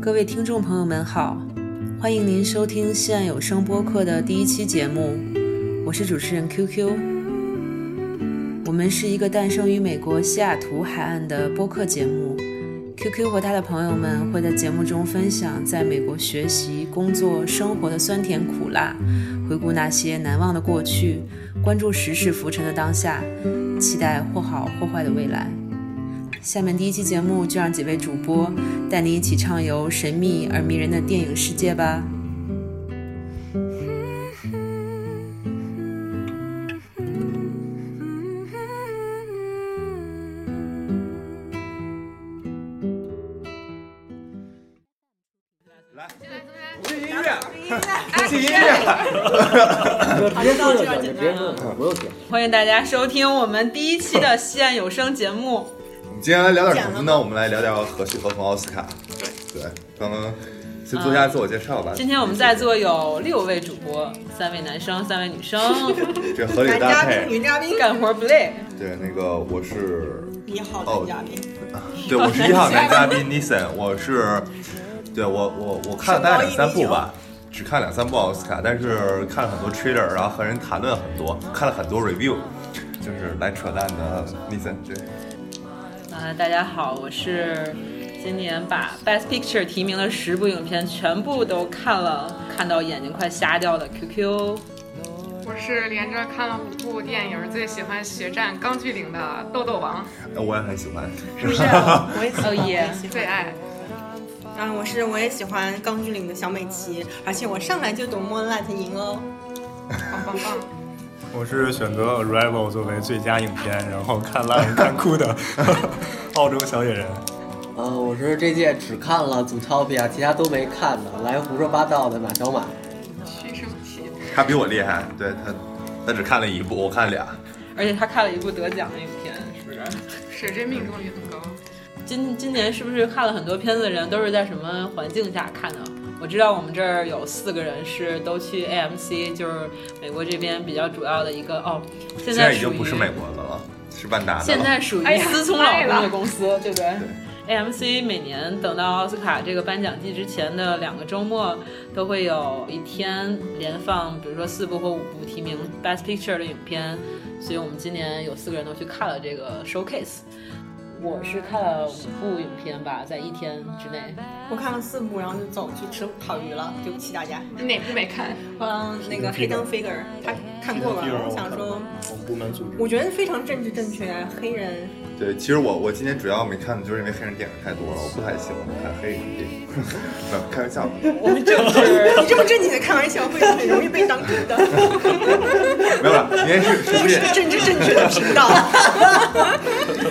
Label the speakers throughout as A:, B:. A: 各位听众朋友们好，欢迎您收听《西岸有声》播客的第一期节目，我是主持人 QQ。我们是一个诞生于美国西雅图海岸的播客节目，QQ 和他的朋友们会在节目中分享在美国学习、工作、生活的酸甜苦辣，回顾那些难忘的过去，关注时事浮沉的当下，期待或好或坏的未来。下面第一期节目就让几位主播带你一起畅游神秘而迷人的电影世界吧。
B: 不是音乐，不是音乐，
C: 别说这个，别说这个，不用听。
A: 欢迎大家收听我们第一期的西岸有声节目。
B: 我们今天来聊点什么呢？我们来聊聊何去何从奥斯卡。对对，刚刚先做一下自我介绍吧。
A: 今天我们在座有六位主播，三位男生，三位女生，
B: 这合理搭配。
D: 女嘉宾，
A: 干活不累。
B: 对，那个我是，
D: 一号男嘉宾，
B: 对我是一号男嘉宾 Nissan，我是，对我我我看了大概两三部吧。只看两三部奥斯卡，但是看了很多 trailer，然后和人谈论很多，看了很多 review，就是来扯淡的 Nissan。对，
A: 啊、大家好，我是今年把 Best Picture 提名的十部影片全部都看了，看到眼睛快瞎掉的 QQ。
E: 我是连着看了五部电影，最喜欢《血战钢锯岭》的豆豆王，
B: 我也很喜欢。
D: 是不是？我也喜欢，
A: 哦
D: 我
A: 耶
D: 也喜
E: 最
D: 欢。
E: 爱。
D: 啊，我是我也喜欢钢锯岭的小美琪，而且我上来就懂 Moonlight 赢哦。
E: 棒棒棒！
F: 我是选择《Arrival》作为最佳影片，然后看烂看哭 的澳洲小野人。
C: 呃，我是这届只看了《祖超比亚》，其他都没看的，来胡说八道的马小马。
E: 去生气，
B: 他比我厉害，对他，他只看了一部，我看了俩。
A: 而且他看了一部得奖的影片，是不是？
E: 是这命中率很高。
A: 今今年是不是看了很多片子的人都是在什么环境下看的？我知道我们这儿有四个人是都去 AMC，就是美国这边比较主要的一个哦，现
B: 现在
A: 在
B: 已
A: 属于
B: 经不是美国的了，是万达的了。
A: 现在属
E: 哎
A: 于
E: 呀
A: 思聪老公的公司，对不对
B: 对
A: AMC 每年等到奥斯卡这个颁奖季之前的两个周末，都会有一天连放，比如说四部或五部提名 Best Picture 的影片，所以我们今年有四个人都去看了这个 showcase。我是看了五部影片吧，在一天之内。
D: 我看了四部，然后就走去吃烤鱼了，对不起大家。
E: 你哪部没看？
D: 嗯，那个《黑灯 figure》，他看过了，我想说，
F: 我部门组织。
D: 我觉得非常政治正确啊，黑 人。
B: 对，其实我我今天主要没看的就是因为黑人电影太多了，我不太喜欢看黑人电 影。没有开玩笑，
A: 我们正是
D: 你这么正经的开玩笑，会很容易被当真的。
B: 没有了，因为是 是
D: 这
B: 不
D: 是
B: 是
D: 个政治正确的频道，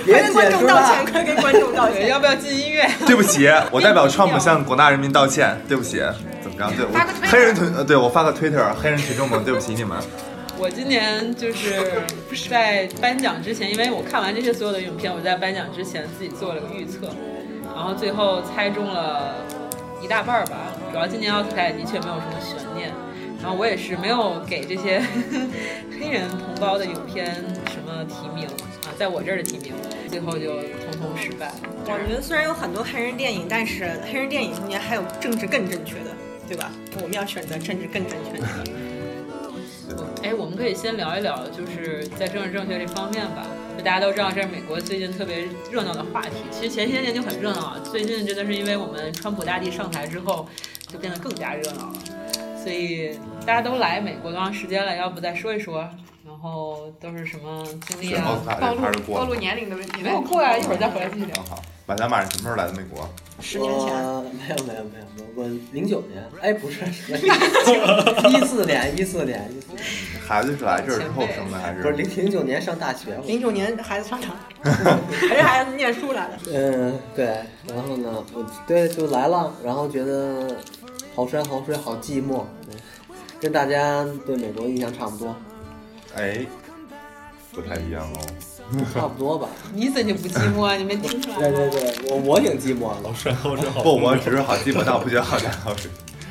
C: 别
D: 跟观
C: 解
D: 众
C: 释
D: 道
C: 了
D: 歉，，快跟观众道歉。
A: 要不要进音乐？
B: 对不起，我代表 Trump 向广大人民道歉，对不起，怎么着？对
E: 发个
B: 我
E: Twitter
B: 黑人群，呃，对我发个 Twitter，黑人群众们，对不起你们。
A: 我今年就是在颁奖之前，因为我看完这些所有的影片，我在颁奖之前自己做了个预测，然后最后猜中了一大半儿吧。主要今年奥斯卡也的确没有什么悬念，然后我也是没有给这些 黑人同胞的影片什么提名啊，在我这儿的提名，最后就通通失败。
D: 我觉得虽然有很多黑人电影，但是黑人电影中间还有政治更正确的，对吧？我们要选择政治更正 确的。
A: 哎，我们可以先聊一聊，就是在政治正确这方面吧。就大家都知道，这是美国最近特别热闹的话题。其实前些年就很热闹啊，最近真的是因为我们川普大帝上台之后，就变得更加热闹了。所以大家都来美国多长时间了？要不再说一说？然后都是什么经
B: 是
A: 历
B: 奥
A: 啊
B: 斯？卡
E: 暴
B: 这
E: 露
B: 还是过
E: 暴露
B: 了。
E: 年龄的问题
A: 没有
E: 呗。
A: 过呀，一会儿再回来继续聊
B: 嗯。好，马达马什么时候来的美国？
D: 十年前，
C: 我没有没有没有，我我零九年，哎不是，一四年一四年一四年，
B: 孩子是来这儿之后生的还
C: 不是
B: 是？
C: 零零九年上大学我。
D: 零九年孩子上场， 还是孩子念书来的。
C: 嗯，对，然后呢，我对就来了，然后觉得好山好水好寂寞，对跟大家对美国印象差不多，
B: 哎，不太一样哦。
C: 差不多吧。
A: 你怎就不寂寞啊？你没听出来
C: 对
A: 吗
C: 对？对，我我挺寂寞的。
F: 帅，好帅，好
B: 不，我只是好寂寞，但我不觉得好难好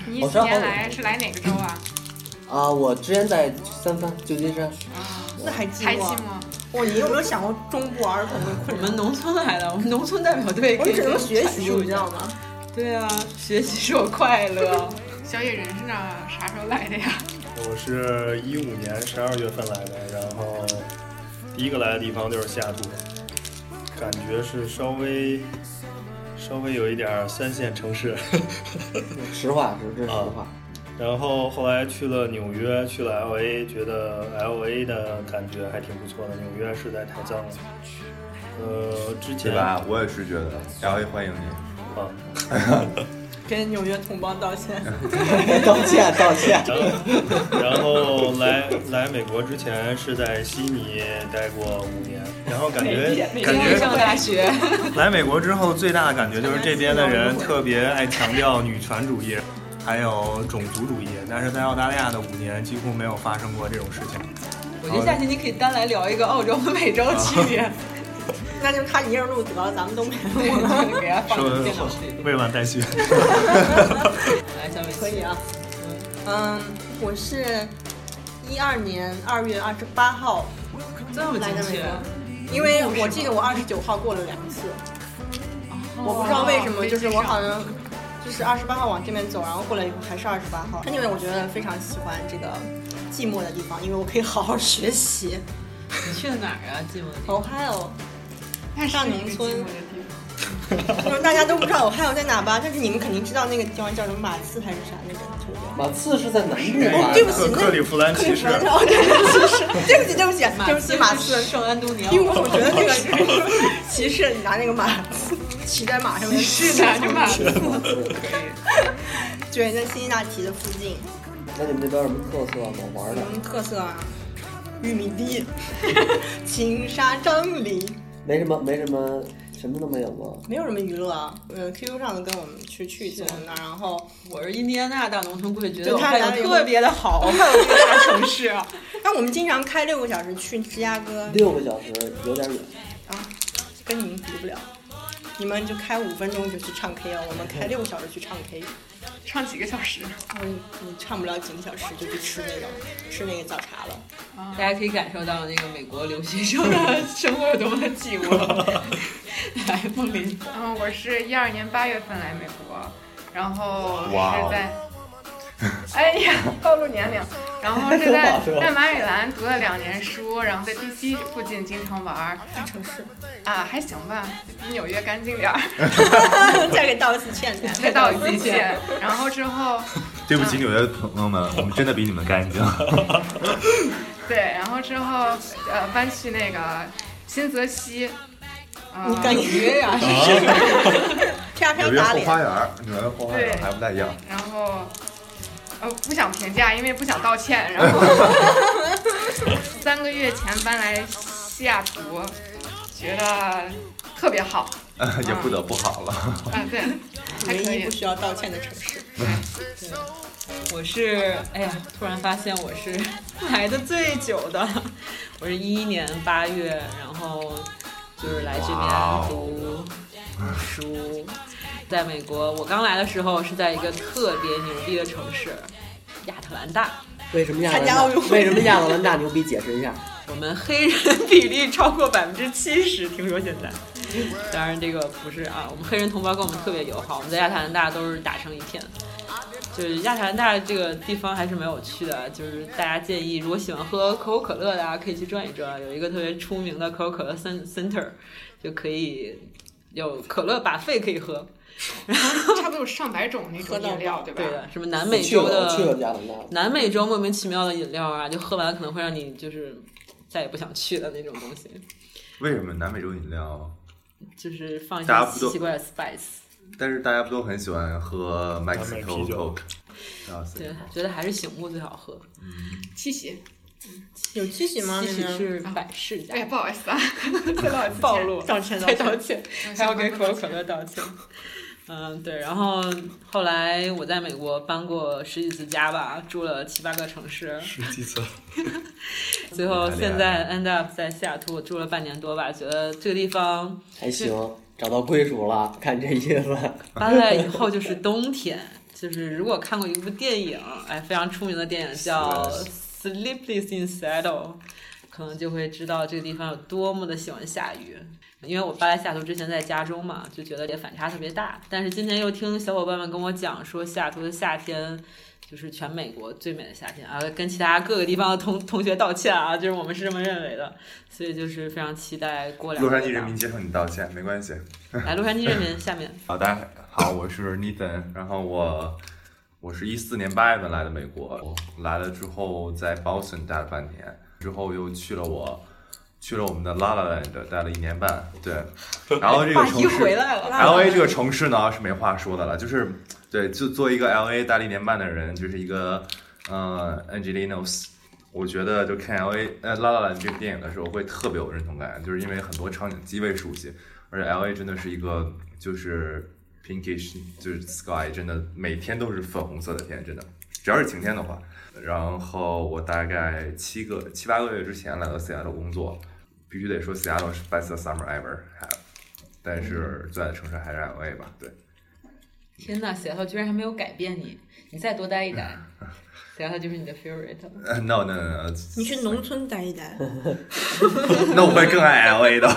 E: 你一几年来是来哪个州啊？
C: 啊，我之前在三藩旧金山，
D: 那还寂
E: 还
D: 寞
E: 寂？寞。
D: 哇，你有没有想过中部儿童的
A: 我
D: 困扰？
A: 们农村来的，我们农村代表队
D: 我
A: 可以
D: 们
A: 阐
D: 只
A: 述一下，
D: 能学习，你知道吗？对啊，学习是我快乐。
E: 小野人是哪啥时候来 的呀？
F: 我是一五年十二月份来的，然后第一个来的地方就是西雅图，感觉是稍微稍微有一点儿三线城市， 啊
C: 实话实这是实话。
F: 然后后来去了纽约，去了 L A，觉得 L A 的感觉还挺不错的，纽约实在太脏了。呃，之前
B: 对吧？我也是觉得 L A 欢迎你，
F: 啊，
B: 嗯
D: 跟纽约同胞道歉。
C: 道歉道歉。
F: 然后 然后来来美国之前是在悉尼待过五年，然后感觉感觉
D: 上大学，
G: 哎
F: 来美国之后，最大的感觉就是这边的人特别爱强调女权主义，还有种族主义。但是在澳大利亚的五年，几乎没有发生过这种事情。
D: 我觉得下期你可以单来聊一个澳洲和美洲区别。
F: 啊
D: 那就他一人录得了，咱们都没录，给他放进 电脑里。
F: 未完待续。
A: 来，下面
D: 可以啊。嗯，我是一二年二月二十八号
A: 这么
D: 来的
A: 精
D: 美
A: 确，
D: 国，因为我记得我二十九号过了两次，我不知
A: 哦
D: 道为什么，就是我好像就是二十八号往这边走，然后过来以后还是二十八号。因为我觉得非常喜欢这个寂寞的地方，因为我可以好好学习。
A: 你去了哪儿啊？寂寞的
D: Ohio，
E: 那是
D: 上
E: 一个
D: 农村
E: 寂寞的地方。
D: 就是大家都不知道 Ohio 在哪吧，但是你们肯定知道那个地方叫什么马刺还是啥那个球队。
C: 马刺是在南部
F: 哦
C: 吧？
D: 对不起
F: 克克里夫兰骑士，
D: 哦， 对不起，对不起，对不起，对不起，马刺
A: 圣安东尼奥
D: 因为我总觉得那个 骑士拿那个马骑在马上面，
E: 是的，就马刺。
D: 对，在辛辛那提的附近，
C: 那你们那边有什么特色吗？玩的
D: 什？么特色啊？玉米地、 金沙张犁，
C: 没什么，没什么，什么都没有吗？
D: 没有什么娱乐啊。嗯，QQ 上的跟我们去去一次我们那儿，然后
A: 我是印第安纳大农村贵，觉得
D: 就
A: 我
D: 他
A: 看
D: 俩
A: 着特别的 好。
D: 好有这个大城市啊。但我们经常开六个小时去芝加哥，
C: 六个小时有点远，
D: 啊跟你们比不了。你们就开五分钟就去唱 K 啊，我们开六个小时去唱 K。
E: 唱几个小时？
D: 嗯，你唱不了几个小时就去吃那个吃那个早茶了。
A: 大家可以感受到 那个美国留学生的生活有多么的寂 寞。来，梦林，
E: 嗯，我是一二年八月份来美国，然后
B: 哇
E: 是
B: 哦
E: 在，哎呀，暴露年龄，然 后是在
C: 是吧
E: 在马里兰读了两年书，然后在 DC 附近经常玩儿
D: 大城市，
E: 啊，还行吧，比纽约干净点儿，
D: 再给道一次歉，
E: 再到极限。然后之后，
B: 对不起纽约的朋友 们，我们真的比你们干 净。
E: 对，然后之后呃搬去那个新泽西，啊、
D: 你感 觉
A: 啊
D: 呀，啪啪
B: 纽约
D: 打
B: 后
D: 脸。
B: 花园，纽约后花园还不太一样。
E: 然后，呃，不想评价，因为不想道歉。然 后三个月前搬来西雅图，觉得特别好。
B: 也不得不好了。
E: 啊，对，还可
D: 唯一
E: 以
D: 不。需要道歉的城市，
A: 我是，哎呀，突然发现我是 来的最久的，我是一一年八月，然后就是来这
B: 哇
A: 边
B: 哦
A: 读书，在美国，我刚来的时候是在一个特别牛逼的城市，亚特兰大，
C: 为什么亚
D: 参加奥运
C: 特
D: 会
C: 为什么亚特兰大牛逼？解释一下。
A: 我们黑人 比例超过百分之七十，听说现在。当然这个不是啊，我们黑人同胞跟我们特别友好，我们在亚特兰大都是打成一片。就是亚特兰大这个地方还是蛮有趣的，就是大家建议，如果喜欢喝可口可乐的啊，可以去转一转，有一个特别出名的可口可乐 cen- center，就可以有可乐把费可以喝。
E: 差不多有上百种那种饮料，对吧
A: 对？的，什么南
C: 我
A: 美
C: 去
A: 洲
C: 了，
A: 的
C: 我去了亚特兰大。
A: 南美洲莫名其妙的饮料啊，就喝完了可能会让你就是再也不想去的那种东西。
B: 为什么南美洲饮料？
A: 就是放一
B: 大
A: 些
B: 家不
A: 奇
B: 都
A: 奇怪的 spice，
B: 但是大家不都很喜欢喝 Mexico
F: 啤酒
B: Coke？啊所以
A: 对，觉得还是醒目最好喝。
E: 七喜，嗯
D: 有七喜吗？
A: 其
D: 那
A: 实
D: 边
A: 是百事
E: 哎呀，
A: 家，
E: 不好意思啊， 再道歉
A: 暴露，
D: 道歉道
A: 再
D: 歉
A: 道歉，还要给可口可乐道歉。嗯，对，然后后来我在美国搬过十几次家吧，住了七八个城市，
F: 十几次。
A: 最后现在 end up 在西雅图，我住了半年多吧，觉得这个地方
C: 还行，找到归属了，看这意思。
B: 啊
A: 搬来以后就是冬天，就是如果看过一部电影，哎，非常出名的电影叫《Sleepless in Seattle》，可能就会知道这个地方有多么的喜欢下雨。因为我搬来西雅图之前在加州嘛，就觉得这反差特别大。但是今天又听小伙伴们跟我讲说，西雅图的夏天就是全美国最美的夏天啊，跟其他各个地方的同同学道歉啊，就是我们是这么认为的。所以就是非常期待过两
B: 洛
A: 个
B: 杉矶
A: 月
B: 人
A: 吧
B: 民接受你道歉，没关系。
A: 来哎洛杉矶人民下面。
B: 好，大家好，我是 Nathan，然后我我是一四年八月份来的美国，我来了之后在 Boston 待了半年，之后又去了我去了我们的 La La Land 待了一年半，对，然后这个
A: 八
B: 城
A: 一
B: 市
A: 回来了，
B: L A 这个城市呢是没话说的了，就是对，就作为一个 L A 待了一年半的人，就是一个呃 Angelinos，我觉得就看 L A 呃《拉拉兰》这个电影的时候会特别有认同感，就是因为很多场景极为熟悉，而且 L A 真的是一个就是 pinkish 就是 sky，真的每天都是粉红色的天，真的只要是晴天的话。然后我大概七个七八个月之前来到 Seattle 工作，必须得说 Seattle 是 best summer ever have。但是最爱的城市还是 L A 吧，对，
A: 天呐，小头居然还没有改变你，你再多待 一待，小头就是你的 favorite 了。
B: 呃，no no no，no，
D: 你去农村待一待，
B: 那我会更爱 L A 的。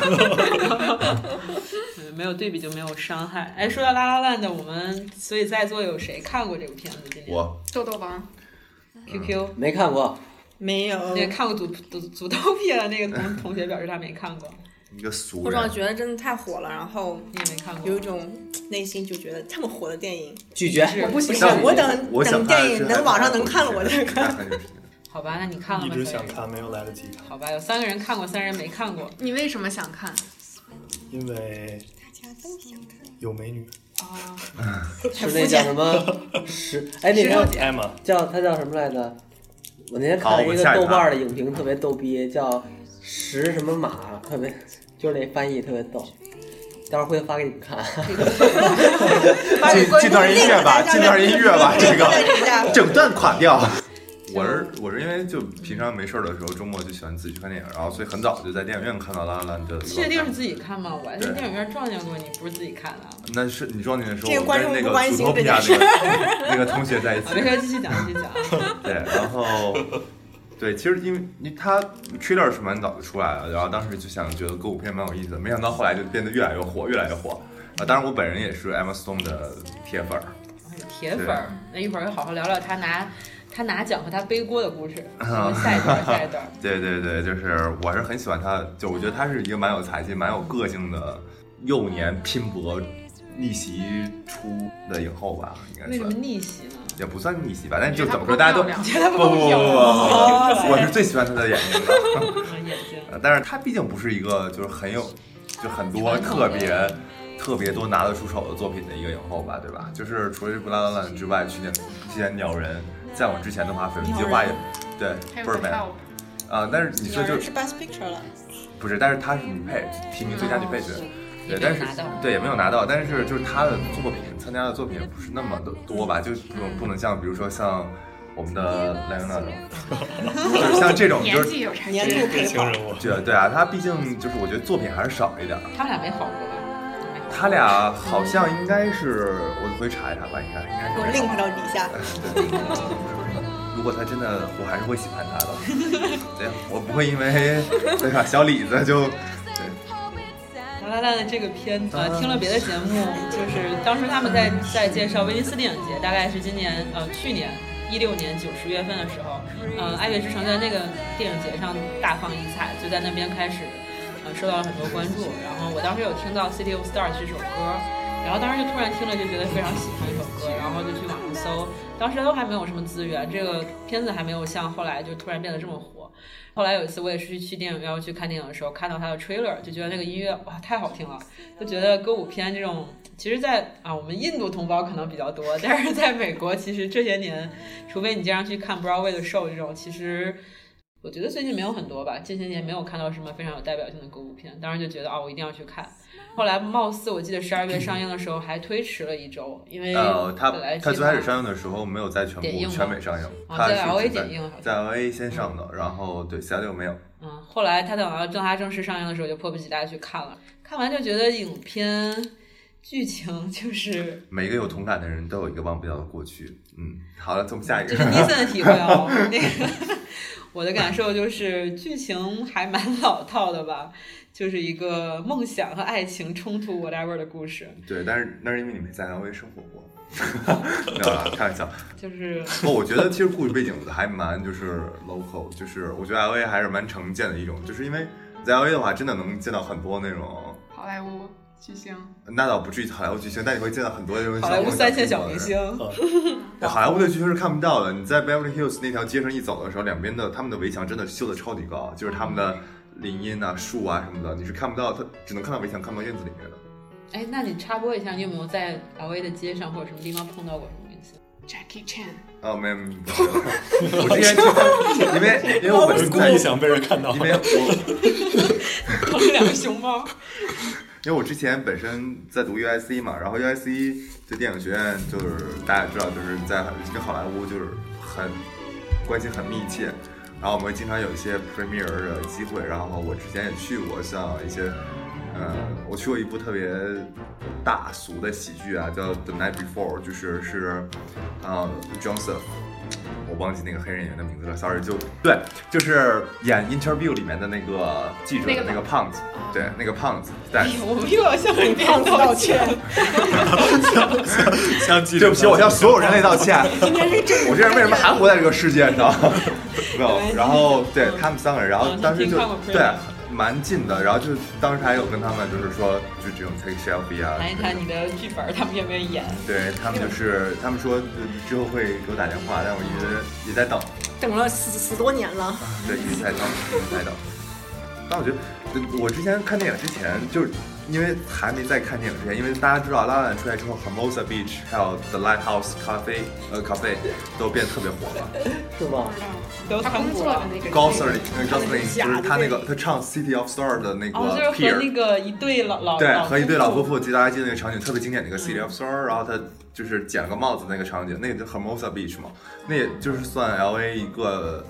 A: 嗯， 没有对比就没有伤害。哎，说到拉拉烂的，我们所以在座有谁看过这部片子？今年
B: 我
E: 豆豆王，
A: QQ
C: 嗯
B: 嗯
C: 没看过，
D: 没有。
A: 那个看过祖祖祖斗屁的那个同同学表示他没看过，
B: 一个俗
D: 我主要
B: 人，
D: 觉得真的太火了，然后
A: 你也没看过
D: 有一。种内心就觉得这么火的电影，
C: 拒绝。
A: 是
E: 不行
D: 不是
B: 但
D: 我等
B: 我想
D: 等
B: 看
D: 电
B: 是
D: 影
B: 还是
D: 能网上能看了我再看。
B: 还 是
A: 好吧，那你看了
F: 一
A: 吗？
F: 直
A: 小
F: 想
A: 雨
F: 看没有来得及看，
A: 好吧，有三个人看过，三人没看过。
E: 你为什么想看？
F: 因为有美女
A: 啊，
B: 哦
C: 是那叫什么石？哎，那
A: 石头
C: 个
A: 姐
F: 艾玛，
C: 叫它叫什么来着？我那天看
B: 好
C: 了
B: 我
C: 一个
B: 下一
C: 豆
B: 趴
C: 瓣儿的影评，特别逗逼，叫石什么马，特别就是那翻译特别逗。待会儿回头发给你们看。
B: 进进段音乐吧，进段音乐吧，这个
D: 这一 下
B: 整段垮掉。 我是我是因为就平常没事儿的时候，周末就喜欢自己去看电影，然后所以很早就在电影院看到《拉拉兰》的。
A: 确定是自己看吗？我还在电影院撞见过你，不是自己看的啊。
B: 那是你撞进的时候，
D: 这个观众
B: 我跟
D: 不
B: 那
D: 关
B: 个
D: 心
B: 祖托
D: 这
B: 比亚
D: 件
B: 那个那个同学在一起
A: 好，。没事，继续讲，继续讲。
B: 对，然后对，其实因为因为它 trailer 是蛮早就出来了，然后当时就想觉得歌舞片蛮有意思的，没想到后来就变得越来越火，越来越火。啊，当然我本人也是 Emma Stone 的铁粉儿，
A: 铁粉儿，那一会儿好好聊聊他拿他拿奖和他背锅的故 事。我们下一段，下一段。
B: 对对对，就是我是很喜欢她，就我觉得她是一个蛮有才气、蛮有个性的幼年拼搏逆袭出的影后吧，应该
A: 为什么
B: 算
A: 逆袭呢？
B: 也不算逆袭吧，但就
E: 觉得
B: 怎
E: 她
B: 么
E: 不
B: 说
E: 够
B: 大家都
E: 漂亮
A: 觉得
B: 不不不不不不，我是最喜欢她的眼睛的。
A: 眼睛。
B: 呃但是他毕竟不是一个就是很有，就很多特别特别多拿得出手的作品的一个影后吧，对吧？就是除了这部《拉拉烂》之外，去年去年《鸟人》，在我之前的话，《绯闻计划》也
D: 啊
E: 还
B: 对倍儿
E: 有 The
B: 美
E: Help，
B: 啊。但是你说
D: 有
B: 就
D: 人是 Best Picture 了，
B: 不是，但是她是女配，提名最佳女配角。对，但是
A: 拿到
B: 对也没有拿到，但是就是她的作品参加的作品也不是那么的多吧，就不能不能像比如说像我们的莱昂纳多，就是像这种就
E: 年
B: 是
E: 纪有差距
D: 年。
F: 这
D: 度
F: 这
D: 陪
F: 情
D: 跑。
F: 人物，
B: 对对啊，她毕竟就是我觉得作品还是少一点儿。
A: 他们俩没好过吧？
B: 他俩好像应该是，我回去查一查吧，应该应该
D: 给我
B: 是。
D: link 到底下，
B: 如果他真的，我还是会喜欢他的。 对，我不会因为对吧，小李子就
A: 《拉拉烂》的这个片子，呃，听了别的节目，就是当时他们在在介绍威尼斯电影节，大概是今年呃去年一六年九十月份的时候，呃，爱乐之城在那个电影节上大放异彩，就在那边开始呃受到了很多关注。然后我当时有听到《City of Stars》这首歌，然后当时就突然听了就觉得非常喜欢这首歌，然后就去网上搜，当时都还没有什么资源，这个片子还没有像后来就突然变得这么火。后来有一次我也是去电影院去看电影的时候，看到他的 trailer，就觉得那个音乐哇太好听了，就觉得歌舞片这种，其实在，啊我们印度同胞可能比较多，但是在美国其实这些年，除非你经常去看 Broadway 的 show 这种，其实我觉得最近没有很多吧，近些年没有看到什么非常有代表性的歌舞片，当时就觉得啊、我一定要去看。后来貌似我记得十二月上映的时候还推迟了一周，因为
B: 呃，他
A: 本来
B: 他
A: 计
B: 最
A: 划
B: 开始上映的时候没有在全
A: 点映
B: 国
A: 吗
B: 全美上映，
A: 啊
B: 他是
A: 在 LA
B: 只
A: 点映好像
B: 在 LA 先上的，然后对其他地方没有。
A: 嗯，后来他等到正它正式上映的时候，就迫不及待去看了。看完就觉得影片剧 情就是
B: 每个有同感的人都有一个忘不掉的过去。嗯，好了，从下一
A: 就
B: 个
A: 是 Nathan 啊的体会哦。那个我的感受就是剧情还蛮老套的吧，就是一个梦想和爱情冲突 whatever 的故事，
B: 对，但是那是因为你没在 LA 生活过，没有啦，开玩笑。
A: 就是
B: 不，哦我觉得其实故事背景还蛮就是 local，就是我觉得 L A 还是蛮常见的一种，就是因为在 L A 的话，真的能见到很多那种，
E: 好莱坞巨星，
B: 那倒不至于好莱坞巨星，但你会见到很多那种
A: 好莱坞三线小
B: 朋友
A: 明星，
B: 对哎好莱坞的巨星是看不到的。你在 Beverly Hills 那条街上一走的时候，两边的他们的围墙真的修的超级高，就是他们的林荫啊、树啊什么的，你是看不到，它只能看到围墙，看不到院子里面的。
A: 哎，那你插播一下，你有没有在 L A 的街上或者什么地方碰到过什么明星？
E: Jackie Chan，
B: 哦，没有，没有 没有我之前去，因为因为我们在
F: 故意想被人看到
B: 因。为我
A: 我们 两个熊猫，
B: 因为我之前本身在读 UIC 嘛，然后 UIC 对电影学院就是大家也知道，就是在跟好莱坞就是很关系很密切，然后我们会经常有一些 premiere 的机会，然后我之前也去过像一些，呃，我去过一部特别大俗的喜剧啊，叫 The Night Before，就是是呃 Joseph。我忘记那个黑人演员的名字了，sorry，就对，就是演《Interview》里面的那个记者
E: 那个
B: 那个胖子，对，那个胖子，但
A: 哎我们又要向你这样道歉。
F: 相继
B: 对不起，我向所有人类道歉。
D: 这
B: 我这人为什么还活在这个世界上？ 没有，然后对他们三个人，然后
A: 嗯
B: 当时
A: 你
B: 就
A: 看过 Friends
B: 对蛮近的，然后就是当时还有跟他们就是说，就这种 take selfie 啊，
A: 谈一谈你的剧本，他们愿不愿意演？
B: 对他们就是他们说呃之后会给我打电话，但我一直也在等，
D: 等了十十多年了，
B: 对，一直在等，一直在等。但我觉得，呃我之前看电影之前，就是因为还没在看电影之前，因为大家知道《拉拉出来之后，Hermosa Beach 还有 The Lighthouse 咖啡呃咖啡都变得特别火了。
C: 是吧？
A: 都
E: 他
A: 韩
E: 工
A: 国
E: 作的
A: 了。
E: 那个
B: 高 Sir，那高 Sir 不
D: 假的
B: 呃是他那个他唱 City of Stars 的那个
A: 哦，就是和那
B: Pier，
A: 个一对老老
B: 对，
A: 老嗯
B: 和一对老夫妇，记得大家记得那个场景特别经典，那个 City of Stars，然后他就是捡了个帽子那个场景，那个就 Hermosa Beach 嘛，那也就是算 L A 一个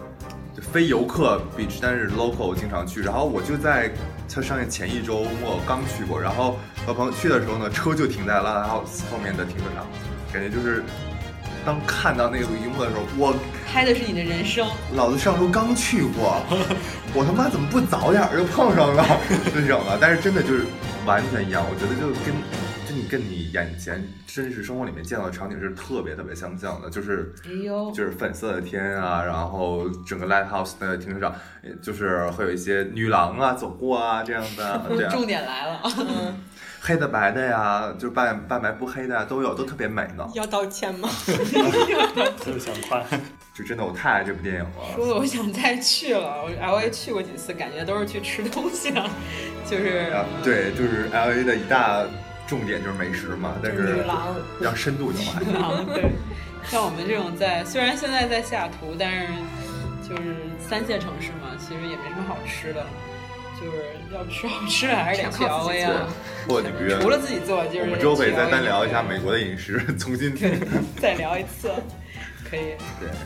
B: 就非游客 beach，但是 local 经常去。然后我就在它上映前一周末刚去过，然后和朋友去的时候呢，车就停在 Lala House 后面的停车场，感觉就是当看到那个荧幕的时候，我
A: 拍的是你的人生，
B: 老子上周刚去过，我他妈怎么不早点儿就碰上了 这种了？但是真的就是完全一样，我觉得就跟就你跟你眼前真实生活里面见到的场景是特别特别相像的，就是
A: 哎
H: 哦
A: 呦，
B: 就是粉色的天啊，然后整个 lighthouse 的停车场，呃就是会有一些女郎啊走过啊这样 的，对啊，
A: 重点来了，
B: 黑的白的呀，就是半半白不黑的呀都有，都特别美 呢。
D: 要道歉吗？
F: 就是想夸，
B: 就真的我太爱这部电影了。
A: 说的我想再去了。我 L A 去过几次，感觉都是去吃东西了，就是
B: 啊， 对，就是 L A 的一大重点就是美食嘛，但是
D: 女郎
B: 要深度的话，
A: 忙啊对，像我们这种在虽然现在在西雅图，但是就是三线城市嘛，其实也没什么好吃的，就是要吃好吃的还是得去 L A 啊。
B: 或纽约。
A: 除了自己做，就是
B: 我们之后可以
A: 去
B: 再
A: LA
B: 单聊一下美国的饮食， 重新对
A: 再聊一次，可以。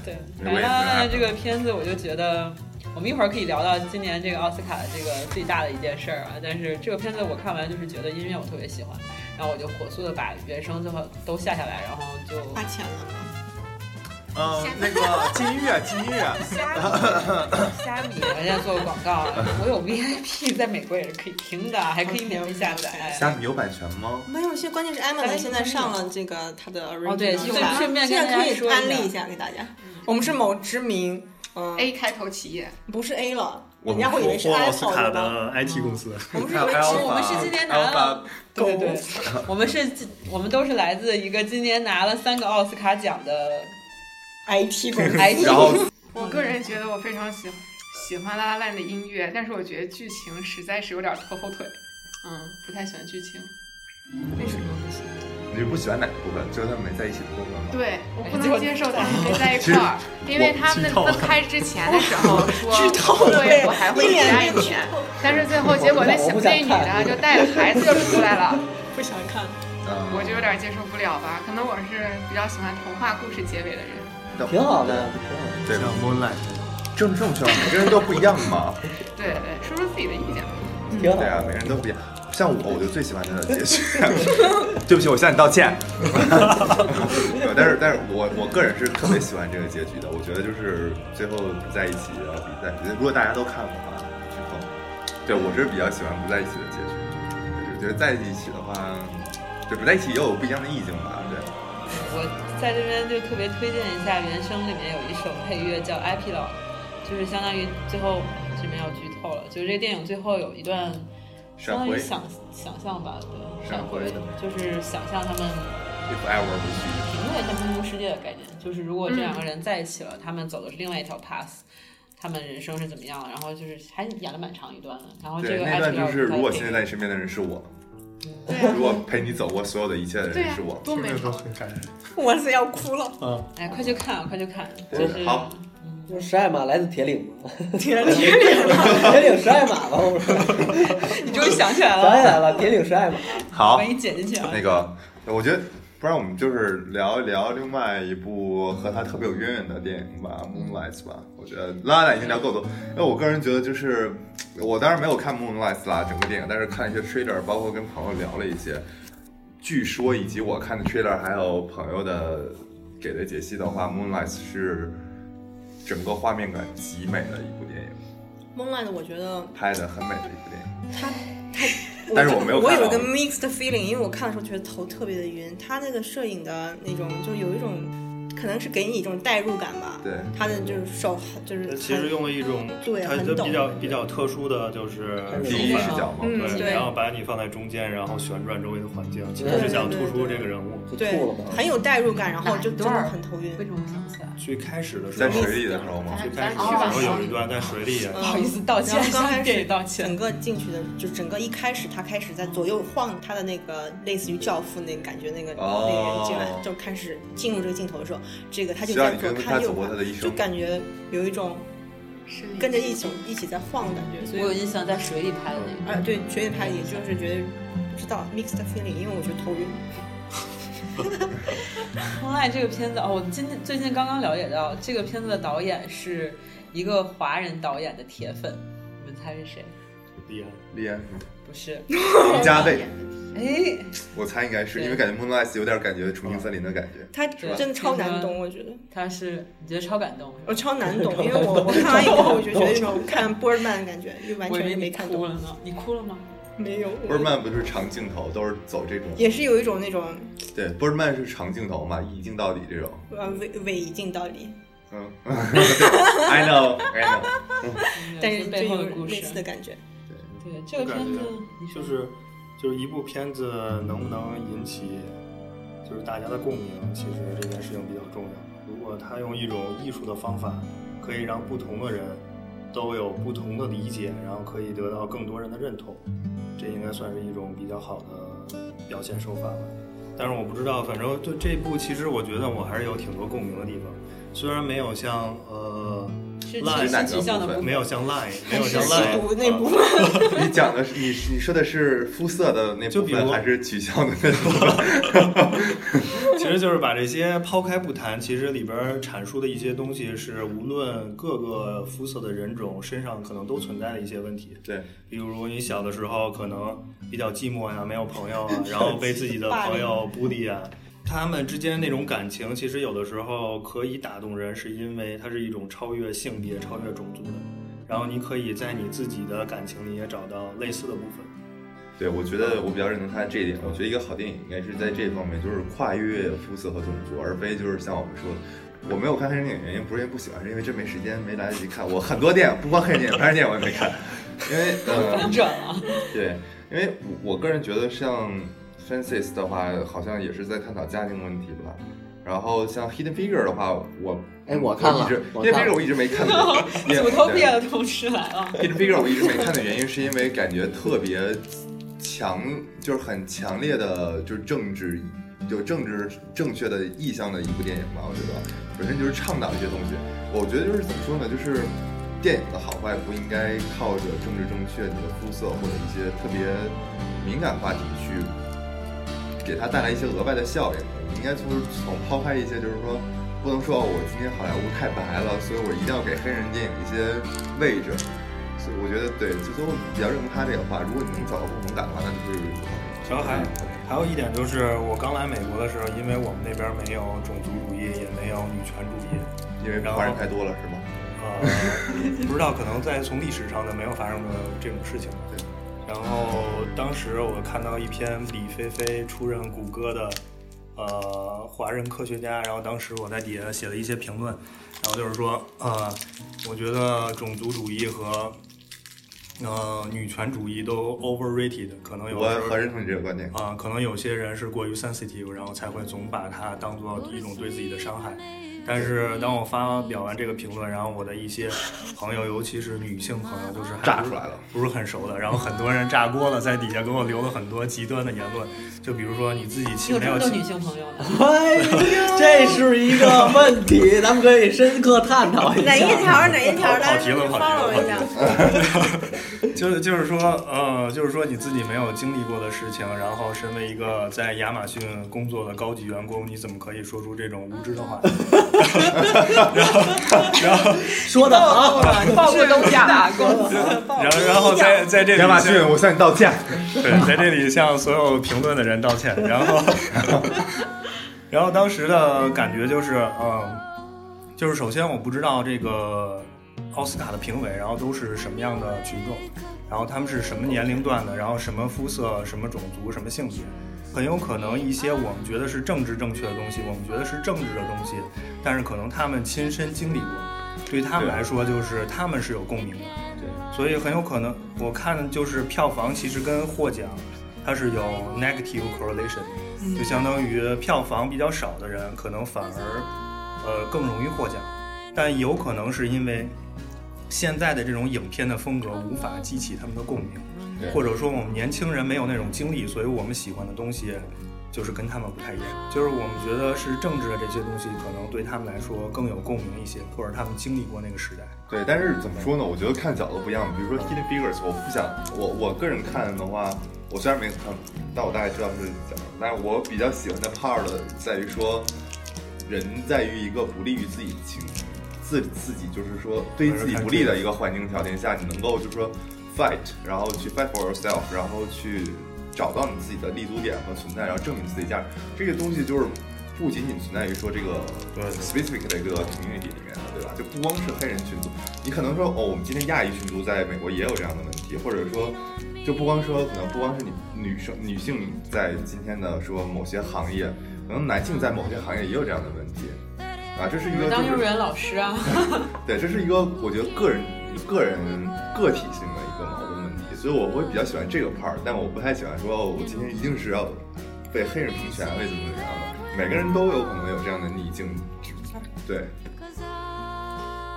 A: 对，
B: 我
A: 反
B: 也
A: 正
B: 觉得
A: 呢这个片子，我就觉得我们一会儿可以聊到今年这个奥斯卡的这个最大的一件事儿啊。但是这个片子我看完就是觉得音乐我特别喜欢，然后我就火速的把原声最后都下下来，然后就
D: 花钱了，
B: 啊嗯，那 个金月，金月，
A: 虾米，虾米，我现在做个广告，啊 我有 VIP，在美国也是可以听的，还可以免费下 载。
B: 虾米有版权吗？
D: 没有，现在关键是艾玛她现在上了这个她的 original
A: 哦对
D: 版
A: 顺顺便跟
D: 现在可
A: 大家说
D: 以
A: 一下
D: 安利一下给大家。我们是某知名，嗯，
E: A 开头企业，
D: 不是 A 了，
B: 我
D: 人
B: 们
D: 家会以为是
F: 获奥斯
D: Apple
F: 卡
D: 吧？
F: 的 IT 公司。
D: 嗯我们是以
B: 还有
D: 为
B: Alpha，
D: 是
A: 我们是今天拿了
B: Alpha
A: 对对对，我们是，我们都是来自一个今年拿了三个奥斯卡奖的
D: IT 公司，
A: IT
B: 然后
E: 我个人觉得我非常喜喜欢拉拉烂的音乐，但是我觉得剧情实在是有点拖后腿，嗯，不太喜欢剧情。
D: 为什么？
B: 你是不喜欢哪个部分？就是他们没在一起的部分吗？
E: 对我
D: 哎
E: 不能接受他们没在一块儿，因为他们
F: 剧透了
E: 分开之前的时 候说，
D: 透了
E: 对我还会喜
D: 一脸
E: 爱
D: 被
E: 你，但是最后结果那小
C: 我不想
E: 那女的
C: 看
E: 就带着孩子就出来了，
D: 不想看。
B: 嗯，
E: 我就有点接受不了吧。可能我是比较喜欢童话故事结尾的人。
B: 但
C: 挺好的，挺好的。
B: 对，
F: Moonlight，
B: 正正确，每个人都不一样嘛。
E: 对对，说说自己的意见。
C: 挺好
B: 对啊，
C: 的。
B: 每个人都不一样。像我，我就最喜欢这样的结局。 对不起，我向你道歉。没 有但是，但是我我个人是特别喜欢这个结局的。我觉得就是最后不在一起，然后比在一起。如果大家都看的话，剧透。对我是比较喜欢不在一起的结局。我觉得在一起的话，对不在一起也有不一样的意境吧。对，
A: 我在这边就特别推荐一下，原声里面有一首配乐叫《Epilogue》，就是相当于最后这边要剧透了，就是这个电影最后有一段
B: 闪
A: 相当
B: 回
A: 于
B: ，if
A: 想想象吧，对，
B: 闪
A: 闪
B: 回
A: 回就是想象他们
B: ever 不去。
A: 评论一下平行世界的概念，就是如果这两个人在一起了，他们走的是另外一条 path，他们人生是怎么样？然后就是还演了蛮长一段的，然
E: 哦
A: 后这
B: 对，
A: 个
B: 那段就是，如果现在
A: 在
B: 在你身边的人是我，
E: 对啊
B: 如果陪你走过所有的一切的
E: 对
B: 人
E: 啊
B: 是我，，
E: 多美
F: 听着都
E: 好！
F: 很感人。
D: 我是要哭了，
F: 嗯，
A: 哎，快去看啊，快去看，
B: 对
A: 就是
B: 好
C: 就是十爱玛来自铁岭，
D: 铁岭，
C: 铁岭十爱玛吧，我说
A: 你终于想起来
C: 想起
A: 了，
C: 来了，铁岭十爱玛。
B: 好
A: 把，你剪进去啊。
B: 那个，我觉得，不然我们就是聊一聊另外一部和它特别有渊源的电影吧，《Moonlight》s 吧。我觉得《拉拉》已经聊够多，因为我个人觉得就是，我当然没有看《Moonlight》s 啦整个电影，但是看一些 trailer，包括跟朋友聊了一些。据说以及我看的 trailer，还有朋友的给的解析的话，《Moonlight》s 是整个画面感极美的一部电影，
D: 梦烂的，我觉得
B: 拍的很美的一部电影。
D: 他他，
B: 但是
D: 我
B: 我没有
D: 我
B: 看到
D: 有一个 mixed feeling，因为我看的时候觉得头特别的晕，他那个摄影的那种就有一种，可能是给你一种代入感吧。
B: 对，
D: 他的就是手就是
F: 其实用了一种
D: 对
F: 它
D: 很
F: 就
D: 懂
F: 比较比较特殊的就是
B: 第一视
F: 手法
B: 角嘛，
D: 嗯
F: 对，
D: 对
F: 然后把你放在中间，然后旋转周围的环境，其实
C: 对
F: 是想突
D: 对
F: 出
D: 对
F: 这个人物。
C: 就
D: 对
C: 吐了吧，
D: 很有代入感，然后就
A: 哪一
D: 真
A: 段
D: 的
A: 儿
D: 很头晕。
A: 为什么我想不起来？
F: 最开始的时
B: 在
F: 候，
B: 水里的时候嘛，
F: 最开始的
E: 咱去吧
F: 时候有一段在水里，啊
A: 不好意思，道歉
D: 嗯然，后刚 开始
A: 向电影道歉。
D: 整个进去的，就整个一开始，他开始在左右晃他的那个类似于教父那个感觉，那个、那个人进
B: 哦
D: 来就开始进入这个镜头的时候，这个他就
B: 需要
D: 在
B: 你
D: 左
B: 跟他
D: 看
B: 走
D: 右
B: 过他
D: 看，
B: 的一
D: 就
B: 生。
D: 感觉有一种跟着一起一起在晃的感觉，所
A: 我
D: 以
A: 有印象，在水里拍的那个。
D: 啊，对，绝对拍也就是觉得不知道 mixed feeling，因为我觉得头晕。
A: 《Moonlight》这个片子哦，我今天最近刚刚了解到，这个片子的导演是一个华人导演的铁粉，你们猜是谁？
F: 厉害。
B: 李安，嗯
A: 不是，
B: 王 家卫，
A: 哎，
B: 我猜应该是
A: 对
B: 因为感觉《Moonlight》有点感觉《重庆森林》的感觉。
D: 哦他
A: 对
D: 真的超难懂，我觉得
A: 他是你觉得超感动？
D: 我超 难懂，因为我我看完以后我就觉得那种看波尔曼的感觉，就完
A: 我以为
D: 全
A: 你
D: 没看
A: 哭
D: 懂，
A: 了呢，你哭了吗？
D: 没有。
B: 波尔曼不是长镜头，都是走这种。
D: 也是有一种那种
B: 对，波尔曼是长镜头嘛，一镜到底这种。
D: 呃伪伪一镜到底，
B: 嗯 ，I know, I know。
D: 但是
A: 背
D: 就
A: 后
D: 有
A: 的故
D: 类
A: 事
D: 似。的感觉。
A: 对这个片子，你说
F: 就是就是一部片子能不能引起就是大家的共鸣，其实这件事情比较重要。如果他用一种艺术的方法，可以让不同的人都有不同的理解，然后可以得到更多人的认同，这应该算是一种比较好的表现手法吧。但是我不知道，反正对这部，其实我觉得我还是有挺多共鸣的地方，虽然没有像呃，
A: 是
F: 烂
A: 其
F: 哪
A: 实
B: 个
A: 形象
B: 部
A: 的部
B: 分
A: 分
F: 没有像 Line，没有像
D: 吸
F: Line
D: 毒那
F: 呃
D: 部 分，
B: 你讲的是你你说的是肤色的那
F: 就
B: 部
F: 比如
B: 分，还是取消的那部分？
F: 其实就是把这些抛开不谈，其实里边儿阐述的一些东西是无论各个肤色的人种身上可能都存在的一些问题。
B: 对，
F: 比如你小的时候可能比较寂寞 呀，没有朋友啊，然后被自己的朋友孤立啊，他们之间那种感情，其实有的时候可以打动人，是因为它是一种超越性别、超越种族的。然后你可以在你自己的感情里也找到类似的部分。
B: 对，我觉得我比较认同他这一点。我觉得一个好电影应该是在这方面，就是跨越肤色和种族，而非就是像我们说的。我没有看黑人电影，原因不是因为不喜欢，是因为真没时间，没来得及看。我很多电影，不光黑人电影，白人电影我也没看，因为呃，
A: 反转了。
B: 对，因为我我个人觉得像 Francis 的话，好像也是在探讨家庭问题吧。然后像 Hidden Figure 的话，我
C: 哎我看了
B: 一直
C: 我
B: Hidden
C: 看
B: Figure
C: 了
B: 我一直没看的原因，
A: 主头
B: 对
A: 变的同时来了，
B: Hidden Figure 我一直没看的原因，是因为感觉特别强，就是很强烈的，就是政治有政治正确的意向的一部电影吧。我觉得本身就是倡导一些东西。我觉得就是怎么说呢，就是电影的好坏不应该靠着政治正确、你的肤色或者一些特别敏感话题去给它带来一些额外的效应。我们应该就是从抛开一些，就是说。哦不能说我今天好莱坞太白了，所以我一定要给黑人电影一些位置。所所以我觉得对，就最后比较认可他这个话，如果你能找到共同感的话，那就是
F: 然后还还有一点就是，我刚来美国的时候，因为我们那边没有种族主义，也没有女权主义，
B: 因为华人太多了，是吗？
F: 呃，不知道可能在从历史上就没有发生过这种事情。
B: 对。
F: 然后当时我看到一篇李飞飞出任谷歌的呃华人科学家，然后当时我在底下写了一些评论，然后就是说呃，我觉得种族主义和呃女权主义都 overrated，可能有时
B: 我
F: 候
B: 很认同你这个观点。
F: 啊、可能有些人是过于 sensitive，然后才会总把它当做一种对自己的伤害。但是当我发表完这个评论，然后我的一些朋友，尤其是女性朋友，就是还
B: 炸
F: 不是
B: 出来了，
F: 不是很熟的，然后很多人炸锅了，在底下给我留了很多极端的言论，就比如说你自己亲
A: 有
F: 没
A: 这么多
F: 亲
A: 女性朋友呢？
C: 哎呦，这是一个问题，咱们可以深刻 探讨一下。
D: 哪一条？哪一条？
F: 跑
D: 大
F: 跑题
D: 家
F: 了跑题了
D: follow 一下。
F: 就是就是说，呃，就是说你自己没有经历过的事情，然后身为一个在亚马逊工作的高级员工，你怎么可以说出这种无知的话？
D: 嗯
F: 然后，然后，
C: 说的好，
F: 啊
A: 报过东家吧，公司。
F: 然后，然后在在这里
B: 亚马
F: 向
B: 逊，我向你道歉。
F: 对，在这里向所有评论的人道歉。然 后，然后当时的感觉就是，嗯，就是首先我不知道这个奥斯卡的评委，然后都是什么样的群众，然后他们是什么年龄段的，然后什么肤色、什么种族、什么性别。很有可能一些我们觉得是政治正确的东西，我们觉得是政治的东西，但是可能他们亲身经历过，对于他
B: 对
F: 们来说就是他们是有共鸣的。
B: 对
F: 所以很有可能，我看就是票房其实跟获奖它是有 negative correlation，、就相当于票房比较少的人可能反而呃更容易获奖，但有可能是因为现在的这种影片的风格无法激起他们的共鸣，
B: 对
F: 或者说我们年轻人没有那种经历，所以我们喜欢的东西。就是跟他们不太一样，就是我们觉得是政治的这些东西，可能对他们来说更有共鸣一些，或者他们经历过那个时代。
B: 对，但是怎么说呢？我觉得看角度不一样。比如说 Hidden Figures，我不想，我我个人看的话，我虽然没看，但我大概知道是怎么。但是我比较喜欢的 part 在于说，人在于一个不利于自己情自自己，就是说对于自己不利的一个环境条件下，你能够就是说 fight，然后去 fight for yourself，然后去找到你自己的立足点和存在，然后证明自己价值。这个东西就是不仅仅存在于说这个
F: 对
B: specific 的一个 community 里面的，对吧？就不光是黑人群族，你可能说哦，我们今天亚裔群族在美国也有这样的问题，或者说，就不光说可能不光是你女生女性在今天的说某些行业，可能男性在某些行业也有这样的问题，啊，这是一个
A: 当幼
B: 就
A: 儿
B: 是
A: 园老师啊，
B: 对，这是一个我觉得个人个人个体性的一个矛盾问题，所以我会比较喜欢这个 part，但我不太喜欢说哦我今天一定是要被黑人平权，为怎么怎么样的，每个人都有可能有这样的逆境，对。